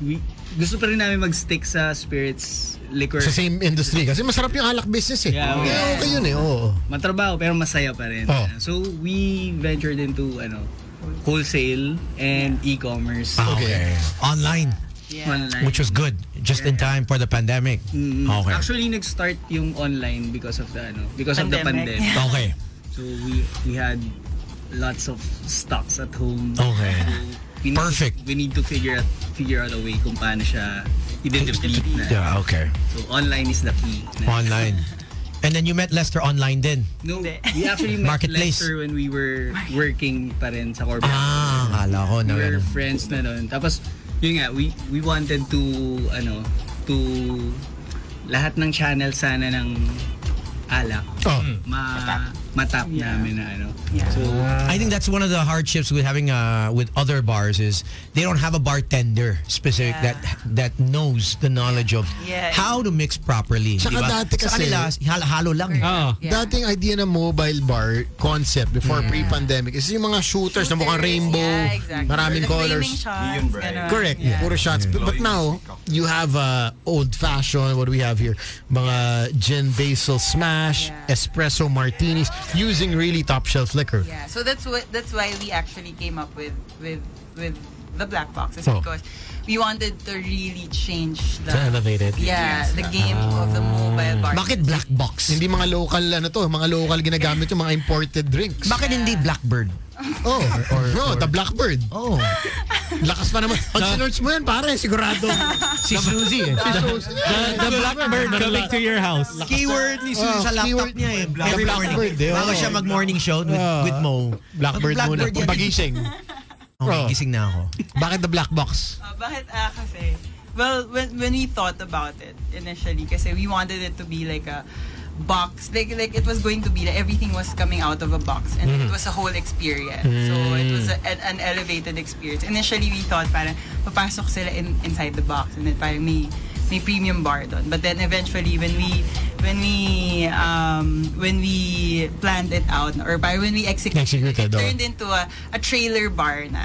[SPEAKER 11] we, gusto pa rin namin mag-stick sa spirits, liquor.
[SPEAKER 2] Sa same industry. Kasi masarap yung alak business eh.
[SPEAKER 11] Yeah,
[SPEAKER 2] Kaya okay yun eh. Oo.
[SPEAKER 11] Matrabaho pero masaya pa rin.
[SPEAKER 2] Oh.
[SPEAKER 6] Ah.
[SPEAKER 11] So we ventured into ano, wholesale and e-commerce.
[SPEAKER 6] Ah, okay. Online.
[SPEAKER 11] Online.
[SPEAKER 6] Which was good. Just in time for the pandemic.
[SPEAKER 11] Mm,
[SPEAKER 6] Okay.
[SPEAKER 11] Actually nag-start yung online because of the ano, because of the
[SPEAKER 6] Pandemic.
[SPEAKER 2] <laughs>
[SPEAKER 11] pandemic.
[SPEAKER 6] Okay.
[SPEAKER 11] So we we had lots of stocks at home.
[SPEAKER 6] Okay.
[SPEAKER 11] We need Perfect. we need to figure out figure out a way kung paano siya i-distribute na.
[SPEAKER 6] Yeah, okay.
[SPEAKER 11] So online is the key.
[SPEAKER 6] Online. And then you met Lester online din.
[SPEAKER 11] No, we actually met
[SPEAKER 6] Marketplace.
[SPEAKER 11] Lester when we were working pa rin sa corporate.
[SPEAKER 6] Ah, akala ko na
[SPEAKER 11] We were
[SPEAKER 6] ganun.
[SPEAKER 11] friends na noon. Tapos, yun nga, we, we wanted to, ano, to, lahat ng channel sana ng alak,
[SPEAKER 6] Oh.
[SPEAKER 11] ma, matap namin na, ano. So,
[SPEAKER 6] I think that's one of the hardships with having uh with other bars is they don't have a bartender specific
[SPEAKER 10] Yeah.
[SPEAKER 6] that that knows the knowledge of
[SPEAKER 2] Yeah.
[SPEAKER 6] how to mix properly.
[SPEAKER 2] Tsaka
[SPEAKER 6] diba?
[SPEAKER 2] dati
[SPEAKER 6] Sa
[SPEAKER 2] kasi- Ah.
[SPEAKER 6] kanila, hal- halo lang. eh.
[SPEAKER 2] Dating idea ng mobile bar concept before pre-pandemic is yung mga shooters, na mukhang rainbow,
[SPEAKER 10] Yeah, exactly.
[SPEAKER 2] maraming
[SPEAKER 10] The
[SPEAKER 2] colors.
[SPEAKER 10] flaming shots, Medium bright. ganun.
[SPEAKER 2] Correct.
[SPEAKER 10] Yeah.
[SPEAKER 2] Puro shots. But, but now, you have uh, old fashioned, what do we have here? Mga gin basil smash, espresso martinis, using really top shelf liquor.
[SPEAKER 10] Yeah, so that's what that's why we actually came up with with with the black boxes
[SPEAKER 2] Oh.
[SPEAKER 10] because we wanted to really change the
[SPEAKER 2] To elevate it.
[SPEAKER 10] Yeah, the game of the mobile bar.
[SPEAKER 2] Bakit black box? Hindi mga local ano to, mga local ginagamit yung mga imported drinks. Bakit
[SPEAKER 6] hindi blackbird?
[SPEAKER 2] <laughs> Oh, or, no, the blackbird. Oh. Lakas pa naman. <laughs> Pag sinerch mo yan, pare, <laughs> sigurado.
[SPEAKER 6] Si Suzy
[SPEAKER 2] <laughs>
[SPEAKER 6] eh.
[SPEAKER 2] The,
[SPEAKER 4] blackbird coming to your house.
[SPEAKER 6] Keyword ni Suzy
[SPEAKER 2] Oh,
[SPEAKER 6] sa laptop
[SPEAKER 2] keyword.
[SPEAKER 6] niya eh.
[SPEAKER 2] Black-
[SPEAKER 6] Every
[SPEAKER 2] Blackbird
[SPEAKER 6] morning.
[SPEAKER 2] eh, oh.
[SPEAKER 6] Bago siya mag-morning show with,
[SPEAKER 2] Oh.
[SPEAKER 6] with Mo.
[SPEAKER 2] Blackbird
[SPEAKER 6] Ang
[SPEAKER 2] muna.
[SPEAKER 6] yan.
[SPEAKER 2] Pagising.
[SPEAKER 6] Oh,
[SPEAKER 2] Oh.
[SPEAKER 6] gising na ako.
[SPEAKER 2] Bakit the black box?
[SPEAKER 10] Uh, bakit ah, kasi? Well, when when we thought about it initially, kasi we wanted it to be like a box, like like it was going to be like everything was coming out of a box, and
[SPEAKER 2] Mm-hmm.
[SPEAKER 12] Mm.
[SPEAKER 10] it was a whole experience. So it was a, an, an elevated experience. Initially, we thought parang papasok sila in, inside the box, and then parang may may premium bar doon. But then eventually, when we when we um, when we planned it out, or by when we executed,
[SPEAKER 2] Executed,
[SPEAKER 10] it
[SPEAKER 2] oh.
[SPEAKER 10] turned into a, a trailer bar na.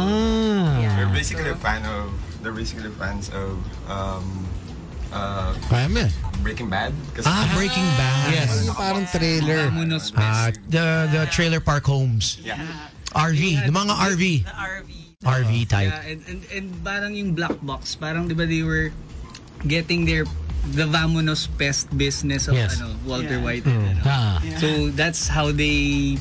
[SPEAKER 2] Ah.
[SPEAKER 14] They're basically a fan of, they're basically fans of, um, uh,
[SPEAKER 2] Kaya mo yan.
[SPEAKER 14] Breaking Bad. Kasi-
[SPEAKER 6] Ah, Breaking Bad.
[SPEAKER 2] Yung parang trailer.
[SPEAKER 6] Ah, the the trailer park homes.
[SPEAKER 14] Yeah.
[SPEAKER 6] RV, yung mga RV.
[SPEAKER 10] The RV.
[SPEAKER 6] RV type.
[SPEAKER 11] Yeah, and, and, and parang yung black box, parang di ba they were getting their the Vamonos pest business of
[SPEAKER 6] Yes.
[SPEAKER 11] ano, Walter
[SPEAKER 6] Yeah.
[SPEAKER 11] White.
[SPEAKER 6] Mm.
[SPEAKER 11] Ano.
[SPEAKER 6] Ah.
[SPEAKER 11] So that's how they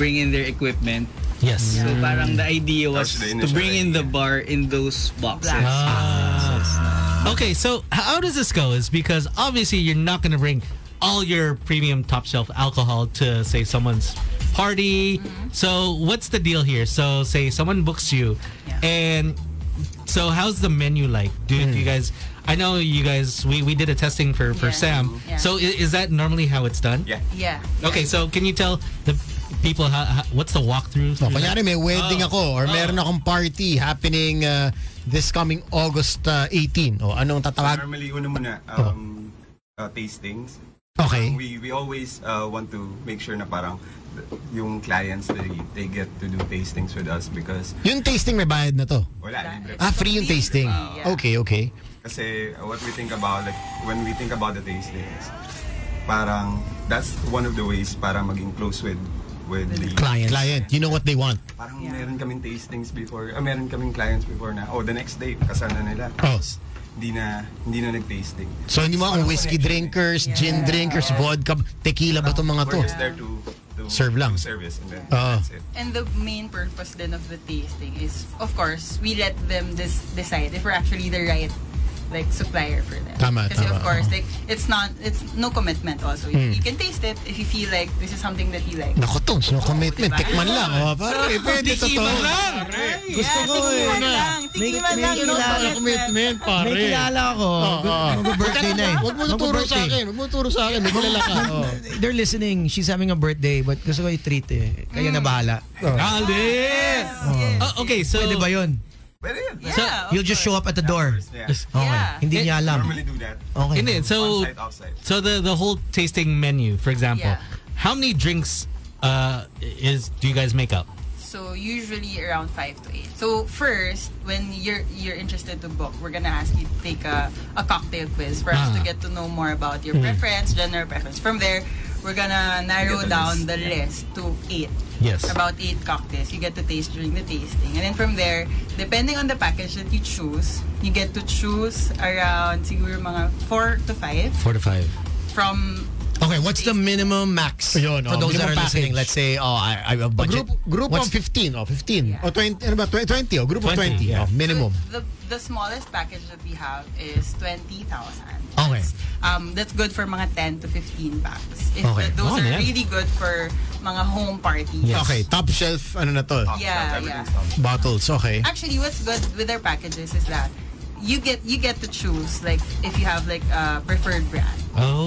[SPEAKER 11] bring in their equipment.
[SPEAKER 6] Yes.
[SPEAKER 11] So
[SPEAKER 6] Mm.
[SPEAKER 11] parang the idea was
[SPEAKER 6] That's the
[SPEAKER 11] to
[SPEAKER 6] initial
[SPEAKER 11] bring in the bar in those boxes.
[SPEAKER 6] Ah.
[SPEAKER 4] Okay, so how does this go? Is because obviously you're not going to bring all your premium top shelf alcohol to say someone's party.
[SPEAKER 10] Mm-hmm.
[SPEAKER 4] So what's the deal here? So say someone books you, and so how's the menu like? Do do you guys? I know you guys. We, we did a testing for for
[SPEAKER 10] Yeah.
[SPEAKER 4] Sam.
[SPEAKER 10] Yeah.
[SPEAKER 4] So is, is that normally how it's done?
[SPEAKER 14] Yeah.
[SPEAKER 10] Yeah.
[SPEAKER 4] Okay, so can you tell the people how, how what's the walkthrough?
[SPEAKER 2] So, kunyari may wedding ako or meron akong party happening uh, this coming August uh, 18. O anong tatawag?
[SPEAKER 14] Normally, una muna, um, uh, tastings.
[SPEAKER 2] Okay.
[SPEAKER 15] Parang we, we always uh, want to make sure na parang yung clients, they, they get to do tastings with us because
[SPEAKER 2] Yung tasting may bayad na to?
[SPEAKER 15] Wala, libre.
[SPEAKER 2] Ah, free yung tasting.
[SPEAKER 15] Libre, yeah.
[SPEAKER 2] Okay, okay.
[SPEAKER 15] Kasi what we think about, like, when we think about the tastings, parang, that's one of the ways para maging close with with the
[SPEAKER 2] Client. Client, you know what they want.
[SPEAKER 15] Parang meron kaming tastings before, ah, meron kaming clients before na, oh, the next day, kasal na nila. Tapos, hindi na, hindi na nag-tasting.
[SPEAKER 2] Oh. So, hindi mga
[SPEAKER 15] Parang
[SPEAKER 2] whiskey drinkers, gin drinkers, vodka, tequila ba itong mga to?
[SPEAKER 15] We're just there to, to
[SPEAKER 2] Serve lang. Ah.
[SPEAKER 15] do service and then
[SPEAKER 2] Oo.
[SPEAKER 15] that's it.
[SPEAKER 10] And the main purpose then of the tasting is, of course, we let them dis- decide if we're actually the right like supplier for them.
[SPEAKER 2] Tama,
[SPEAKER 10] Kasi
[SPEAKER 2] tama,
[SPEAKER 10] of course,
[SPEAKER 2] oo.
[SPEAKER 10] like it's not, it's no commitment. Also,
[SPEAKER 2] Hmm.
[SPEAKER 10] you, you can taste it if you feel like this is something that you like.
[SPEAKER 2] Nako to, no commitment. Tikman lang. Oh, parang, eh, pwede
[SPEAKER 10] Tikiman
[SPEAKER 2] totoo.
[SPEAKER 10] lang.
[SPEAKER 6] Ah,
[SPEAKER 2] Gusto
[SPEAKER 10] Yeah,
[SPEAKER 2] ko eh.
[SPEAKER 10] tikiman lang. Tikiman
[SPEAKER 2] May-
[SPEAKER 10] lang.
[SPEAKER 2] may
[SPEAKER 10] no
[SPEAKER 2] kilala-
[SPEAKER 10] commitment.
[SPEAKER 2] May kilala ako.
[SPEAKER 16] Mag-birthday na eh.
[SPEAKER 2] Ah, Huwag mo tuturo sa
[SPEAKER 16] Mag-birthday.
[SPEAKER 2] akin. Huwag mo tuturo sa akin. May kilala <laughs> ka. Oo.
[SPEAKER 3] They're listening. She's having a birthday but gusto ko i-treat eh. Kayo
[SPEAKER 10] Mm.
[SPEAKER 3] na bahala.
[SPEAKER 10] Oh.
[SPEAKER 4] Alden! Oh, okay, so... Pwede ba
[SPEAKER 3] yun?
[SPEAKER 4] So,
[SPEAKER 10] Ah,
[SPEAKER 3] You'll just show up at the door. Okay. Hindi
[SPEAKER 10] Eh,
[SPEAKER 3] niya alam. Okay.
[SPEAKER 4] Hindi, so, so the, the whole tasting menu, for example,
[SPEAKER 10] Yeah.
[SPEAKER 4] how many drinks uh, is do you guys make up?
[SPEAKER 10] So usually around five to eight. So first, when you're you're interested to book, we're gonna ask you to take a, a cocktail quiz for us
[SPEAKER 4] Ah.
[SPEAKER 10] to get to know more about your
[SPEAKER 4] Mm.
[SPEAKER 10] preference, general preference. From there, we're gonna narrow
[SPEAKER 4] the list.
[SPEAKER 10] down the list to eight.
[SPEAKER 4] Yes.
[SPEAKER 10] About eight cocktails you get to taste during the tasting, and then from there, depending on the package that you choose, you get to choose around siguro mga four to five
[SPEAKER 3] Four to five.
[SPEAKER 10] from
[SPEAKER 3] Okay, what's the minimum max for
[SPEAKER 2] oh,
[SPEAKER 3] those that
[SPEAKER 2] minimum
[SPEAKER 3] are listening?
[SPEAKER 2] package.
[SPEAKER 3] Let's say, oh, I, I have a budget.
[SPEAKER 2] Group, group
[SPEAKER 3] What's-
[SPEAKER 2] of 15. Oh, 15. O 20. Ano ba? 20. 20 oh, group
[SPEAKER 3] 20,
[SPEAKER 2] of 20.
[SPEAKER 3] yeah.
[SPEAKER 2] Oh, minimum.
[SPEAKER 10] the the smallest package that we have is twenty thousand.
[SPEAKER 2] Okay.
[SPEAKER 10] Um, that's good for mga 10 to 15 packs. If
[SPEAKER 2] Okay.
[SPEAKER 10] th- those
[SPEAKER 2] Oh,
[SPEAKER 10] are
[SPEAKER 2] yeah.
[SPEAKER 10] really good for mga home parties.
[SPEAKER 2] Okay, top shelf, ano na to?
[SPEAKER 10] Yeah, yeah.
[SPEAKER 2] Bottles, okay.
[SPEAKER 10] Actually, what's good with their packages is that you get you get to choose like if you have like a preferred brand.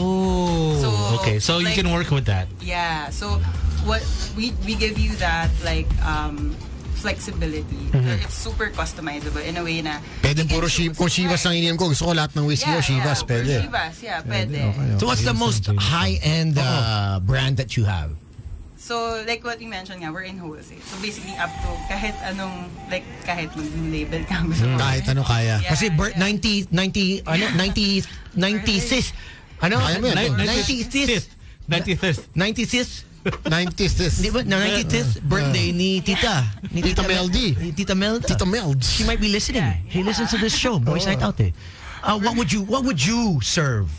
[SPEAKER 4] Oh,
[SPEAKER 10] So,
[SPEAKER 4] okay. So
[SPEAKER 10] like-
[SPEAKER 4] you can work with that.
[SPEAKER 10] Yeah. So what we we give you that like um flexibility.
[SPEAKER 2] Mhm.
[SPEAKER 10] It's super customizable in a way na
[SPEAKER 2] Pwede puro shi kung Shivas ang ininom ko. Gusto ko lahat ng whiskey o
[SPEAKER 10] Yeah,
[SPEAKER 2] Shivas,
[SPEAKER 10] yeah,
[SPEAKER 2] pwede.
[SPEAKER 10] Shivas, yeah, pwede.
[SPEAKER 2] oh.
[SPEAKER 3] So what's the most high-end
[SPEAKER 2] Uh-huh.
[SPEAKER 3] uh, brand that you have?
[SPEAKER 10] So, like what we mentioned nga, we're in wholesale. So, basically, up to kahit anong, like, kahit mag-blue label ka. gusto mo.
[SPEAKER 3] Kahit
[SPEAKER 2] ano kaya.
[SPEAKER 3] Kasi birth, 90, 90, ano, 90, 96, ano?
[SPEAKER 2] Kaya mo yan.
[SPEAKER 3] Nin-
[SPEAKER 2] 96th.
[SPEAKER 3] 96th.
[SPEAKER 4] 96th.
[SPEAKER 3] 96th.
[SPEAKER 2] 90th.
[SPEAKER 3] Di ba? Na 90th birthday ni Tita. Ni
[SPEAKER 2] Tita Mel D.
[SPEAKER 3] Ni Tita Mel.
[SPEAKER 2] Tita Oh. Mel.
[SPEAKER 3] She might be listening. She listens to this show, Boys
[SPEAKER 11] Oo.
[SPEAKER 3] Night Out eh. Uh, what would you what would you serve?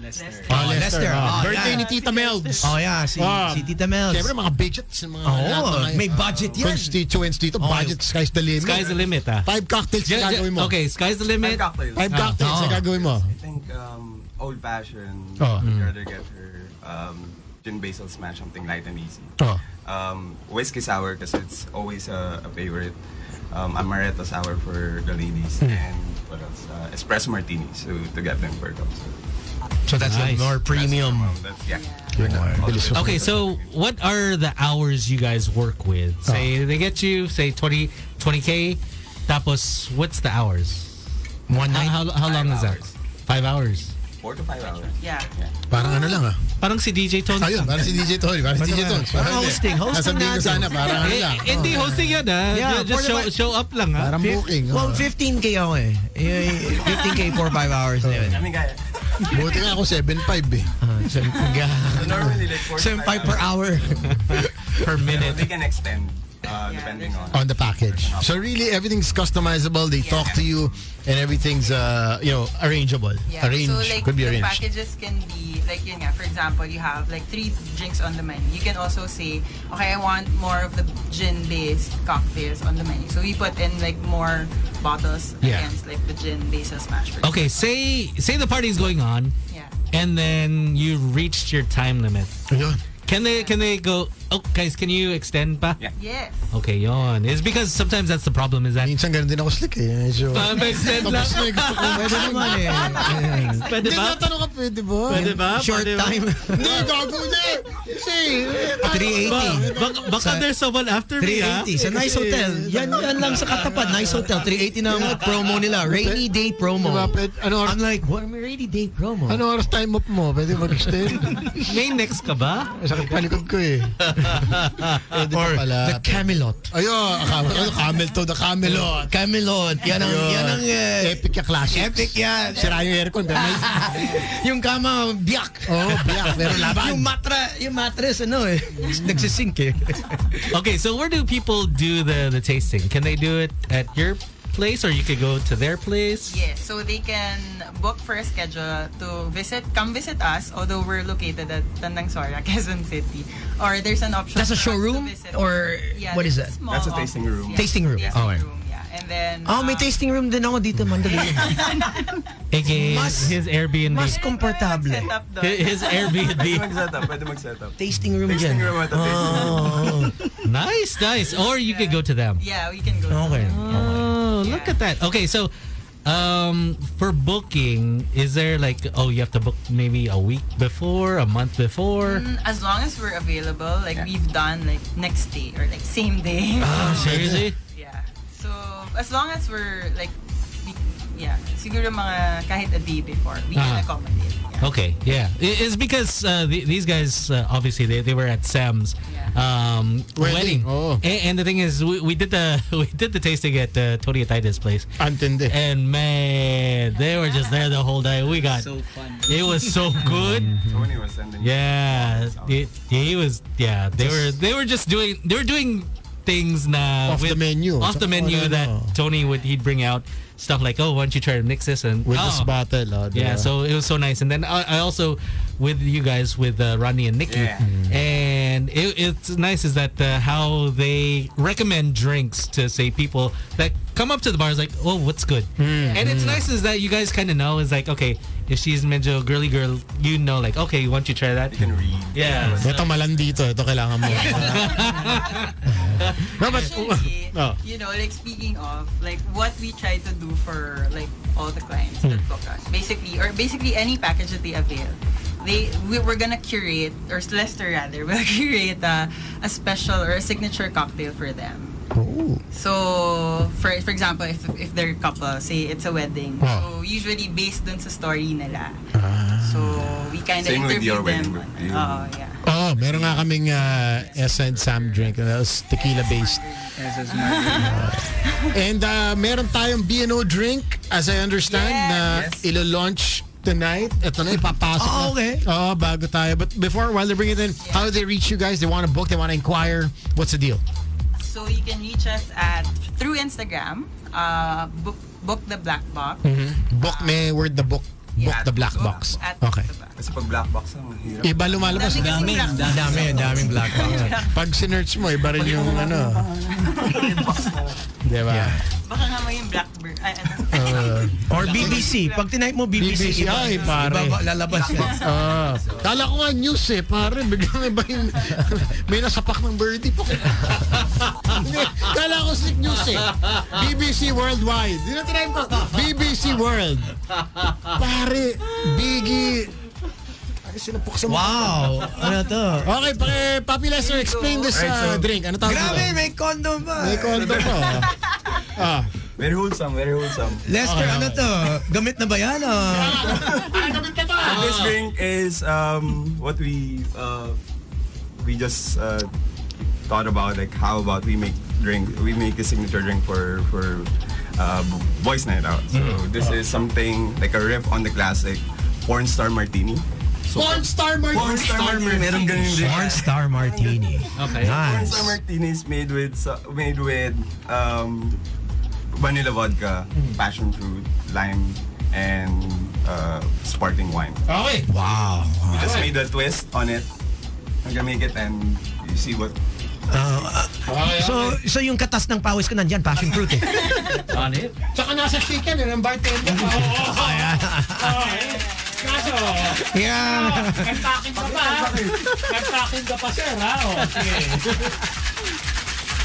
[SPEAKER 11] Lester.
[SPEAKER 3] Oh, Lester. Oh,
[SPEAKER 2] Ah, Birthday
[SPEAKER 3] yeah.
[SPEAKER 2] ni Tita Melds.
[SPEAKER 3] Oh, yeah, si- si Tita Melds.
[SPEAKER 2] Siyempre, mga budgets. yung Mga
[SPEAKER 3] Oo,
[SPEAKER 2] lahat ng mga-
[SPEAKER 3] may budget yan.
[SPEAKER 2] Constituents dito,
[SPEAKER 3] Oo.
[SPEAKER 2] budget, sky's the limit.
[SPEAKER 4] Sky's the limit, ah.
[SPEAKER 2] Five cocktails
[SPEAKER 4] Yeah,
[SPEAKER 2] na
[SPEAKER 4] yeah,
[SPEAKER 2] gagawin mo.
[SPEAKER 4] okay, sky's the limit. Five cocktails.
[SPEAKER 2] Five
[SPEAKER 4] Ah.
[SPEAKER 2] cocktails na
[SPEAKER 4] Oo.
[SPEAKER 2] gagawin mo.
[SPEAKER 15] I think um, old fashioned. I'd
[SPEAKER 2] Oh. Mm.
[SPEAKER 15] rather get her um, gin basil smash, something light and easy.
[SPEAKER 2] Oh.
[SPEAKER 15] Um, whiskey sour because it's always a, a favorite. Um, amaretto sour for the ladies
[SPEAKER 2] Mm.
[SPEAKER 15] and what else? Uh, espresso martinis to, to get them perked up.
[SPEAKER 3] So that's
[SPEAKER 4] Nice.
[SPEAKER 3] a more premium. Ano
[SPEAKER 15] That's, yeah.
[SPEAKER 4] Ah, Okay, so what are the hours you guys work with?
[SPEAKER 3] Oh.
[SPEAKER 4] Say they get you say 20 20k. Tapos what's the hours?
[SPEAKER 3] One Oh.
[SPEAKER 4] night. How, how, long is that? Five hours.
[SPEAKER 15] Four to five hours.
[SPEAKER 10] Yeah.
[SPEAKER 2] Parang ano lang ah.
[SPEAKER 4] Parang si DJ Tony.
[SPEAKER 2] Ayun, parang si DJ Tony. Parang si DJ Tony.
[SPEAKER 3] Parang hosting, hosting
[SPEAKER 2] Nasabihin ko
[SPEAKER 3] natin.
[SPEAKER 2] sana, parang ano
[SPEAKER 3] Eh,
[SPEAKER 2] lang.
[SPEAKER 3] eh, hindi,
[SPEAKER 2] Oh.
[SPEAKER 3] hosting yan, ah. Ju- just show- show
[SPEAKER 4] up lang ha.
[SPEAKER 2] Parang
[SPEAKER 3] Fif-
[SPEAKER 2] booking.
[SPEAKER 3] Well,
[SPEAKER 2] oh.
[SPEAKER 3] 15K ako eh. Y- y- 15K for 5 hours na yun.
[SPEAKER 2] Buti nga ako 7.5 eh.
[SPEAKER 3] So,
[SPEAKER 15] normally like four to
[SPEAKER 3] 7.5
[SPEAKER 15] five
[SPEAKER 3] per hour.
[SPEAKER 4] per
[SPEAKER 15] They can extend uh, depending on.
[SPEAKER 2] on the package. So really, everything's customizable. They talk to you, and everything's uh, you know arrangeable.
[SPEAKER 10] Yeah.
[SPEAKER 2] Arrange
[SPEAKER 10] So, like,
[SPEAKER 2] could be
[SPEAKER 10] the
[SPEAKER 2] arranged.
[SPEAKER 10] packages can be, like, yun nga, for example, you have, like, three drinks on the menu. You can also say, okay, I want more of the gin-based cocktails on the menu. So, we put in, like, more bottles
[SPEAKER 4] Yeah.
[SPEAKER 10] against, like, the gin basil smash. For
[SPEAKER 4] Okay, say say the party's going on.
[SPEAKER 10] Yeah.
[SPEAKER 4] And then you reached your time limit. Can they can they go? Oh, guys, can you extend pa? Yeah.
[SPEAKER 10] Yes.
[SPEAKER 4] Okay, yon. It's because sometimes that's the problem is that. <laughs>
[SPEAKER 2] Minsan ganun din ako slick eh. Medyo-
[SPEAKER 4] extend lang.
[SPEAKER 2] Tapos na eh, gusto ko. Pwede naman eh.
[SPEAKER 4] <laughs> Pwede
[SPEAKER 2] Hindi,
[SPEAKER 4] ba?
[SPEAKER 2] natanong ka, pwede ba?
[SPEAKER 4] Diba? Pwede ba?
[SPEAKER 2] Short
[SPEAKER 4] Pwede ba?
[SPEAKER 2] time. Hindi, gago na. Kasi, eh,
[SPEAKER 3] 380.
[SPEAKER 4] Baka, baka
[SPEAKER 3] Sa-
[SPEAKER 4] there's someone after me, ah.
[SPEAKER 3] 380 sa Nice Hotel. Yan, yan lang sa katapat. Nice Hotel. 380 na ang promo nila. Rainy day promo.
[SPEAKER 2] Diba, pwede, ano
[SPEAKER 3] I'm
[SPEAKER 2] oras,
[SPEAKER 3] like, what? May rainy day promo.
[SPEAKER 2] ano oras time up mo? Pwede mag-extend?
[SPEAKER 4] May next ka ba?
[SPEAKER 2] Sakit palikod ko eh. Pwede pa
[SPEAKER 3] Or
[SPEAKER 2] pala.
[SPEAKER 3] the Camelot.
[SPEAKER 2] Ayun, camel, ano, camel to, the camelot.
[SPEAKER 3] Camelot. Yan ang,
[SPEAKER 2] Ayun.
[SPEAKER 3] yan ang eh,
[SPEAKER 2] epic yung classics.
[SPEAKER 3] Epic yan.
[SPEAKER 2] Sira yung aircon. pero may-
[SPEAKER 3] <laughs> yung kama, biyak.
[SPEAKER 2] Oo, biyak, pero laban.
[SPEAKER 3] Yung matra, yung mattress, ano
[SPEAKER 2] <laughs>
[SPEAKER 3] eh. Nagsisink eh.
[SPEAKER 4] Okay, so where do people do the the tasting? Can they do it at your place, or you could go to their place?
[SPEAKER 10] Yes, so they can book for a schedule to visit, come visit us, although we're located at Tandang Sora, <laughs> Quezon City. Or there's an option.
[SPEAKER 6] That's a
[SPEAKER 10] for us to
[SPEAKER 6] showroom?
[SPEAKER 10] visit.
[SPEAKER 6] Or
[SPEAKER 10] yeah,
[SPEAKER 6] what is that?
[SPEAKER 10] there's small
[SPEAKER 6] That's a tasting
[SPEAKER 10] office,
[SPEAKER 6] room.
[SPEAKER 10] yeah.
[SPEAKER 6] Tasting room,
[SPEAKER 10] Tasting
[SPEAKER 6] okay.
[SPEAKER 10] room, yeah. And then...
[SPEAKER 6] Ah,
[SPEAKER 10] um,
[SPEAKER 6] may tasting room din ako dito, Mandalay.
[SPEAKER 4] Again,
[SPEAKER 6] Mas-
[SPEAKER 4] his Airbnb.
[SPEAKER 6] Mas komportable.
[SPEAKER 10] Set up doon.
[SPEAKER 4] His
[SPEAKER 14] Pwede
[SPEAKER 4] Airbnb.
[SPEAKER 14] mag-set up. Pwede mag-set up.
[SPEAKER 6] Tasting room
[SPEAKER 14] Tasting
[SPEAKER 6] dyan.
[SPEAKER 14] room at the tasting room.
[SPEAKER 6] Oh.
[SPEAKER 4] nice, nice. Or you could go to them.
[SPEAKER 10] Yeah, we can go.
[SPEAKER 4] Okay. Oh, look at that. Okay, so um for booking, is there like oh you have to book maybe a week before, a month before?
[SPEAKER 10] Mm, As long as we're available, like we've done like next day or like same day.
[SPEAKER 4] Ah, seriously?
[SPEAKER 10] <laughs> Yeah. So, as long as we're like, we, yeah, siguro mga kahit a day before, we
[SPEAKER 4] Ah.
[SPEAKER 10] can accommodate. Yeah.
[SPEAKER 4] Okay, yeah. It- It's because uh, the, these guys, uh, obviously, they, they were at Sam's um, wedding.
[SPEAKER 2] Wedding, oo.
[SPEAKER 4] A- And, the thing is, we, we did the <laughs> we did the tasting at uh, Tony Titus' place.
[SPEAKER 2] Antindi.
[SPEAKER 4] And man, they were just there the whole day. We got
[SPEAKER 11] So fun.
[SPEAKER 4] it was
[SPEAKER 2] <laughs>
[SPEAKER 4] so good.
[SPEAKER 14] Tony was sending
[SPEAKER 4] Yeah, it, he was. Yeah, they were they were just doing they were doing things now
[SPEAKER 2] Off the menu.
[SPEAKER 4] off the menu
[SPEAKER 2] Wala,
[SPEAKER 4] that
[SPEAKER 2] no.
[SPEAKER 4] Tony would he'd bring out stuff like oh why don't you try to mix this and
[SPEAKER 2] With
[SPEAKER 4] oh.
[SPEAKER 2] this battle. Oh,
[SPEAKER 4] Yeah, so it was so nice. And then I, I also with you guys with uh, Ronnie and Nikki,
[SPEAKER 14] Yeah.
[SPEAKER 2] Mm-hmm.
[SPEAKER 4] and it, it's nice is that uh, how they recommend drinks to say people that come up to the bar is like, oh, what's good.
[SPEAKER 2] Hmm.
[SPEAKER 4] And
[SPEAKER 14] Mm.
[SPEAKER 4] it's nice is that you guys kind of know is like, okay, if she's medio girly girl, you know, like, okay, why don't you try that?
[SPEAKER 14] You can read.
[SPEAKER 4] Yeah. so-
[SPEAKER 2] Ito malan dito. Ito kailangan
[SPEAKER 3] <laughs>
[SPEAKER 2] mo. <laughs> no, but,
[SPEAKER 3] <laughs>
[SPEAKER 10] Actually,
[SPEAKER 2] Oh.
[SPEAKER 10] you know, like speaking of, like what we try to do for like all the clients that book us, basically, or basically any package that they avail, they we, we're gonna curate, or Lester rather, <laughs> will curate a, a special or a signature cocktail for them.
[SPEAKER 2] Ooh.
[SPEAKER 10] So, for for example, if if they're a couple, say it's a wedding,
[SPEAKER 2] Oh.
[SPEAKER 10] so usually based dun sa story nila. So, we kind of
[SPEAKER 14] Same with
[SPEAKER 10] interview
[SPEAKER 14] your wedding
[SPEAKER 10] them.
[SPEAKER 14] with you.
[SPEAKER 10] Oh, yeah.
[SPEAKER 2] Oh, meron nga kaming uh, Essence Sam drink. That was tequila based.
[SPEAKER 11] Yes, it's not-
[SPEAKER 2] And uh, meron tayong B&O drink, as I understand,
[SPEAKER 10] Yes. Ah,
[SPEAKER 2] na ilo-launch tonight. Ito na, ipapasok
[SPEAKER 3] Oh,
[SPEAKER 2] na.
[SPEAKER 3] okay.
[SPEAKER 2] Oo, bago tayo. But before, while they bring it in, how do they reach you guys? They want to book, they want to inquire. What's the deal?
[SPEAKER 10] So you can reach us at through Instagram, uh, book, book the black box.
[SPEAKER 2] Mm-hmm. Book me, word the book. Book
[SPEAKER 10] Yeah,
[SPEAKER 2] the Hmm. black
[SPEAKER 10] book
[SPEAKER 2] box.
[SPEAKER 10] At
[SPEAKER 2] Okay.
[SPEAKER 10] The black.
[SPEAKER 14] Kasi pag black box lang, ang hirap.
[SPEAKER 2] Iba lumalabas.
[SPEAKER 10] Dami,
[SPEAKER 3] Dami, daming black box.
[SPEAKER 2] Pag sinerch mo, iba rin yung ano. Di ba?
[SPEAKER 10] Baka nga mo yung blackbird.
[SPEAKER 14] <laughs>
[SPEAKER 10] Ay, ano?
[SPEAKER 14] Uh,
[SPEAKER 3] Or BBC. Pag tinipe mo BBC,
[SPEAKER 2] BBC, ay, pare.
[SPEAKER 3] ibaba- lalabas yan.
[SPEAKER 2] Ah, kala ko nga news eh, pare. Biglang iba yung... <laughs> May nasapak ng birdie po. <laughs> Hindi, kala ko sick news eh. BBC Worldwide. Yun ang tinayin ko. BBC World. Pare, Biggie... Ay, sinapok sa mga...
[SPEAKER 3] Wow! Ano to?
[SPEAKER 2] Okay, pare, Papi Lester, explain this uh, drink. Ano tawag
[SPEAKER 3] Grabe,
[SPEAKER 2] dito?
[SPEAKER 3] may condom ba?
[SPEAKER 2] May kondo pa. Ah,
[SPEAKER 14] Very wholesome, very wholesome.
[SPEAKER 3] Lester, ano to? Gamit na ba yan?
[SPEAKER 2] ah?
[SPEAKER 3] o-
[SPEAKER 14] This drink is um, what we uh, we just uh, thought about. Like how about we make drink? We make a signature drink for for uh, boys' night out. So this is something like a riff on the classic porn star martini. So,
[SPEAKER 2] porn star martini.
[SPEAKER 14] porn star martini. Meron ganun din.
[SPEAKER 3] Porn Star Martini.
[SPEAKER 4] Okay.
[SPEAKER 14] Porn
[SPEAKER 3] Nice.
[SPEAKER 14] star martini is made with sa- made with um, vanilla vodka,
[SPEAKER 4] Hmm.
[SPEAKER 14] passion fruit, lime, and uh, sparkling wine.
[SPEAKER 2] Okay.
[SPEAKER 3] Wow.
[SPEAKER 14] We just made a twist on it. I'm gonna make it and you see what.
[SPEAKER 3] So, so yung katas ng pawis ko nandyan, passion fruit eh.
[SPEAKER 4] on it.
[SPEAKER 3] <laughs>
[SPEAKER 2] Tsaka nasa chicken, yun ang bartender.
[SPEAKER 17] Kaso,
[SPEAKER 18] Yeah.
[SPEAKER 17] oh, may packing ka pa. ha? May packing ka pa, sir, ha? O, sige.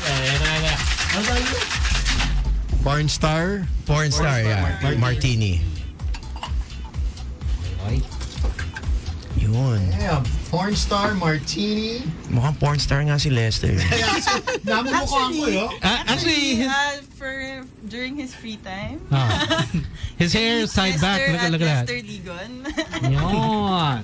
[SPEAKER 17] Eh, na, na. Ano ba yun?
[SPEAKER 2] Porn star?
[SPEAKER 18] Porn star, yeah. Martini. Yun.
[SPEAKER 2] Yeah, porn star, martini.
[SPEAKER 3] Mukhang porn star nga si <laughs> Lester.
[SPEAKER 2] Namumukha ko, ano. yo.
[SPEAKER 4] Ah, actually, his-
[SPEAKER 10] uh, for during his free time,
[SPEAKER 4] Ah. His hair is tied back.
[SPEAKER 10] Lester
[SPEAKER 4] Look, at- look at that.
[SPEAKER 10] at Lester
[SPEAKER 4] <laughs>
[SPEAKER 10] Ligon.
[SPEAKER 4] Yun.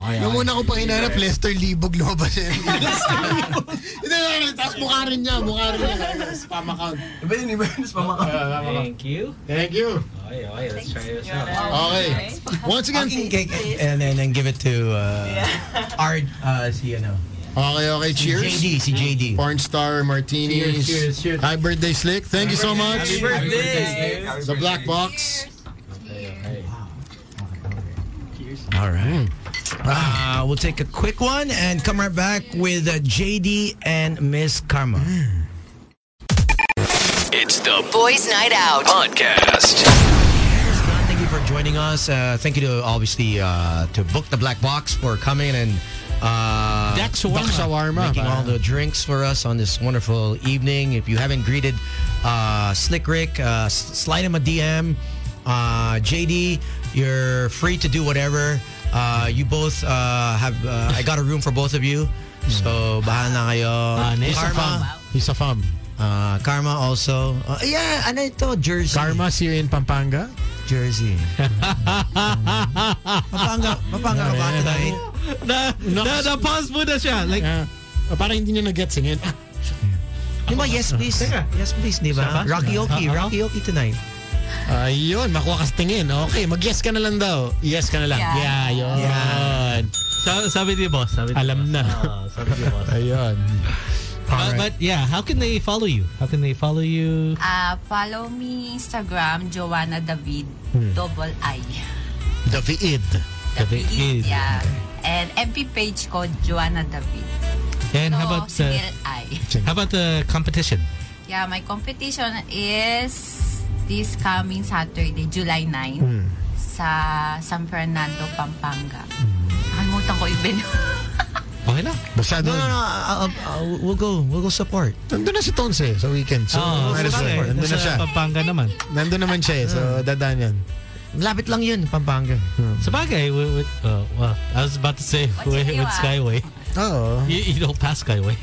[SPEAKER 4] Ay,
[SPEAKER 2] Yung
[SPEAKER 4] ay.
[SPEAKER 2] una ko pang hinanap, Lester Libog lumabas <laughs> yun. Hindi, hindi, tapos mukha rin niya, mukha rin niya. Spam account.
[SPEAKER 19] Iba yun, iba yun. Spam account.
[SPEAKER 4] Thank you.
[SPEAKER 2] Thank you.
[SPEAKER 4] Ay, ay, let's try this
[SPEAKER 2] Okay. Once again,
[SPEAKER 3] And then, then give it to uh, Ard, uh, si ano.
[SPEAKER 2] Okay, okay.
[SPEAKER 3] Si
[SPEAKER 2] Cheers.
[SPEAKER 3] JD, si JD.
[SPEAKER 2] Porn star martinis.
[SPEAKER 3] Cheers, cheers, cheers.
[SPEAKER 2] Happy birthday, Slick. Thank you so much.
[SPEAKER 3] Happy birthday. Happy
[SPEAKER 2] The
[SPEAKER 3] birthday.
[SPEAKER 2] Black Box.
[SPEAKER 3] All right. Uh, we'll take a quick one and come right back with uh, JD and Miss Karma.
[SPEAKER 1] It's the
[SPEAKER 20] Boys Night Out.
[SPEAKER 1] podcast.
[SPEAKER 3] Thank you for joining us. Uh, thank you to obviously uh, to Book the Black Box for coming and uh,
[SPEAKER 2] Dak Shawarma. Dak Shawarma.
[SPEAKER 3] making all the drinks for us on this wonderful evening. If you haven't greeted uh, Slick Rick, uh, s- slide him a DM. Uh, JD, you're free to do whatever. Uh, you both uh, have. Uh, I got a room for both of you. So bahala na kayo.
[SPEAKER 2] He's a
[SPEAKER 3] Karma.
[SPEAKER 2] fam. He's a fam.
[SPEAKER 3] Uh, Karma also. Uh, yeah, ano ito? Jersey.
[SPEAKER 2] Karma, see you in Pampanga.
[SPEAKER 3] Jersey. Mapanga, mapanga ka ba tonight?
[SPEAKER 4] Na, na, na, pause muna siya. Like,
[SPEAKER 2] Oh, parang hindi niya nag-gets ngayon.
[SPEAKER 3] Di ba? Yes, please. Yes, please, di ba?
[SPEAKER 2] Siya ba?
[SPEAKER 3] Rocky Oki.
[SPEAKER 2] Oo.
[SPEAKER 3] Rocky Oki tonight.
[SPEAKER 2] Ah, Ayun, makuha ka sa tingin. Okay, mag-yes ka na lang daw. Yes ka na lang. Yeah, yun.
[SPEAKER 4] sabi, sabi ni boss. Sabi ni
[SPEAKER 2] Alam
[SPEAKER 4] boss.
[SPEAKER 2] na.
[SPEAKER 4] Oo, sabi ni boss.
[SPEAKER 2] Ayun.
[SPEAKER 4] But, Uh, but yeah, how can they follow you? How can they follow you?
[SPEAKER 5] Ah, follow me Instagram, Joanna David,
[SPEAKER 4] Hmm.
[SPEAKER 5] double I.
[SPEAKER 2] The Viid.
[SPEAKER 5] David, yeah. And MP page ko, Joanna David.
[SPEAKER 4] And how
[SPEAKER 5] So,
[SPEAKER 4] about
[SPEAKER 5] single
[SPEAKER 4] the
[SPEAKER 5] I.
[SPEAKER 4] how about the competition?
[SPEAKER 5] Yeah, my competition is this coming Saturday, July 9,
[SPEAKER 4] Hmm.
[SPEAKER 5] sa San Fernando, Pampanga. Nakalimutan ko yung venue. <laughs>
[SPEAKER 4] Okay lang.
[SPEAKER 2] Basta
[SPEAKER 3] No,
[SPEAKER 2] doon.
[SPEAKER 3] no, no. I'll, I'll- I'll- Uh, we'll go. We'll go support.
[SPEAKER 2] Nandun na si Tonse sa weekend. So,
[SPEAKER 4] Oo,
[SPEAKER 2] might as well.
[SPEAKER 4] Oh, sabagay.
[SPEAKER 2] Nandun na
[SPEAKER 4] Nasa
[SPEAKER 2] siya.
[SPEAKER 4] Pampanga naman.
[SPEAKER 2] Nandun naman siya eh. So, dadaan yan.
[SPEAKER 3] Lapit lang yun, Pampanga.
[SPEAKER 4] Sabagay, with, with, uh, well, I was about to say with,
[SPEAKER 3] Iwa?
[SPEAKER 4] with Skyway.
[SPEAKER 2] Oh.
[SPEAKER 4] You, you don't pass Skyway.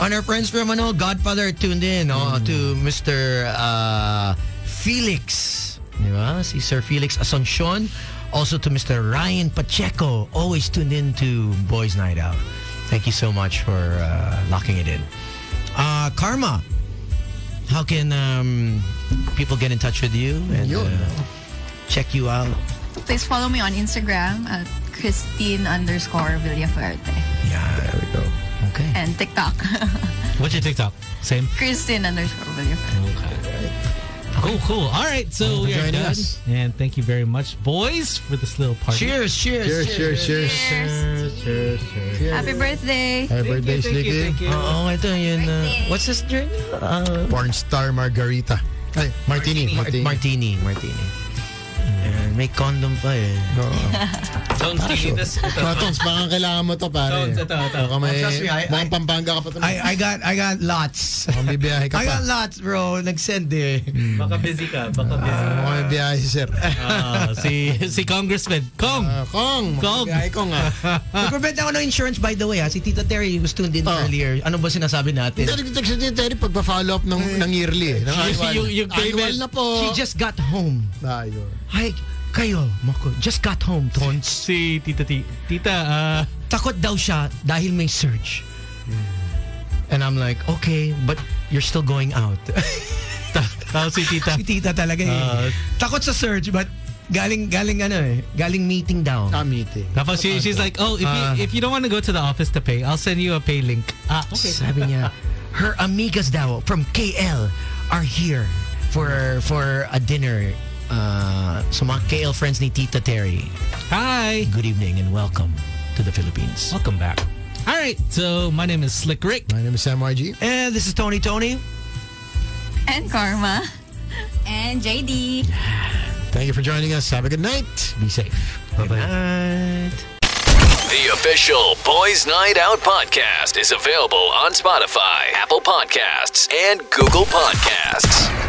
[SPEAKER 3] On our friends from ano, Godfather tuned in oh, to Mr. Uh, Felix. Di ba? Si Sir Felix Asuncion. Also to Mr. Ryan Pacheco. Always tuned in to Boys Night Out. Thank you so much for uh, locking it in. Uh, Karma, how can um, people get in touch with you and uh, check you out?
[SPEAKER 7] Please follow me on Instagram at Christine underscore Villafuerte.
[SPEAKER 3] Yeah, there we go. Okay.
[SPEAKER 7] And TikTok, <laughs>
[SPEAKER 4] What's your TikTok? Same.
[SPEAKER 7] Christine underscore Villafuerte.
[SPEAKER 4] Okay. Cool, cool. All right, so
[SPEAKER 2] Thanks
[SPEAKER 4] we
[SPEAKER 2] for
[SPEAKER 4] are
[SPEAKER 2] joining
[SPEAKER 4] done.
[SPEAKER 2] us.
[SPEAKER 4] And thank you very much, boys, for this little party.
[SPEAKER 3] Cheers, cheers,
[SPEAKER 2] Cheers, cheers, cheers.
[SPEAKER 4] cheers, cheers, cheers.
[SPEAKER 7] Happy birthday!
[SPEAKER 2] Happy birthday, Slicky.
[SPEAKER 3] Oo, ito yun. uh, what's this drink? Uh,
[SPEAKER 2] Porn star Margarita. Ay, Martini.
[SPEAKER 3] Martini.
[SPEAKER 2] Martini.
[SPEAKER 3] Martini. Martini. Ayan, may condom pa eh.
[SPEAKER 4] Don't
[SPEAKER 2] Martini.
[SPEAKER 6] Ah.
[SPEAKER 2] Mga Tongs, baka kailangan mo to, pare.
[SPEAKER 4] Tongs, ito, ito.
[SPEAKER 2] Baka may,
[SPEAKER 3] Trust me, I-
[SPEAKER 2] mukhang Pampanga ka pa to.
[SPEAKER 3] I, I got I got lots.
[SPEAKER 2] Mukhang bibiyahe ka
[SPEAKER 3] <laughs> I
[SPEAKER 2] pa.
[SPEAKER 3] got lots, bro. Nag-send eh.
[SPEAKER 4] Baka busy ka, baka busy.
[SPEAKER 2] Mukhang bibiyahe si Sir.
[SPEAKER 4] Ah, <laughs> si, si Congressman. Kong!
[SPEAKER 2] Ah, Kong,
[SPEAKER 4] Kong.
[SPEAKER 2] bibiyahe Kong ah.
[SPEAKER 3] Nag-prevent ako ng insurance by the way ha. Si Tita Terry was tuned in earlier. Ano ba sinasabi natin?
[SPEAKER 2] Hindi, nag-text niya Terry pagpa-follow up ng, ng yearly. eh, Ng annual.
[SPEAKER 4] Yung- yung
[SPEAKER 2] annual
[SPEAKER 4] payment.
[SPEAKER 2] na po.
[SPEAKER 3] She just got home.
[SPEAKER 2] Ayun.
[SPEAKER 3] Hi, kayo, Mako. Just got home, Tons.
[SPEAKER 4] Si Tita T. Tita, ah,
[SPEAKER 3] Takot daw siya dahil may surge. Mm. And I'm like, okay, but you're still going out.
[SPEAKER 4] ta- tao si Tita.
[SPEAKER 3] <laughs> si Tita talaga eh.
[SPEAKER 4] Ah.
[SPEAKER 3] Takot sa surge, but galing, galing ano eh. Galing meeting daw.
[SPEAKER 2] Ah, meeting.
[SPEAKER 4] Tapos she, she's like, oh, if
[SPEAKER 3] Ah.
[SPEAKER 4] you, if you don't want to go to the office to pay, I'll send you a pay link. Ah,
[SPEAKER 3] Sabi niya, her amigas daw from KL are here for for a dinner. Uh, so mga KL friends ni Tita Terry.
[SPEAKER 4] Hi!
[SPEAKER 3] Good evening and welcome to the Philippines.
[SPEAKER 4] Welcome back. All right, so my name is Slick Rick.
[SPEAKER 2] My name is MRG.
[SPEAKER 3] And this is Tony Tony.
[SPEAKER 7] And Karma.
[SPEAKER 5] And JD.
[SPEAKER 3] Thank you for joining us. Have a good night. Be safe. Bye-bye.
[SPEAKER 1] The official Boys Night Out podcast is available on Spotify, Apple Podcasts, and Google Podcasts.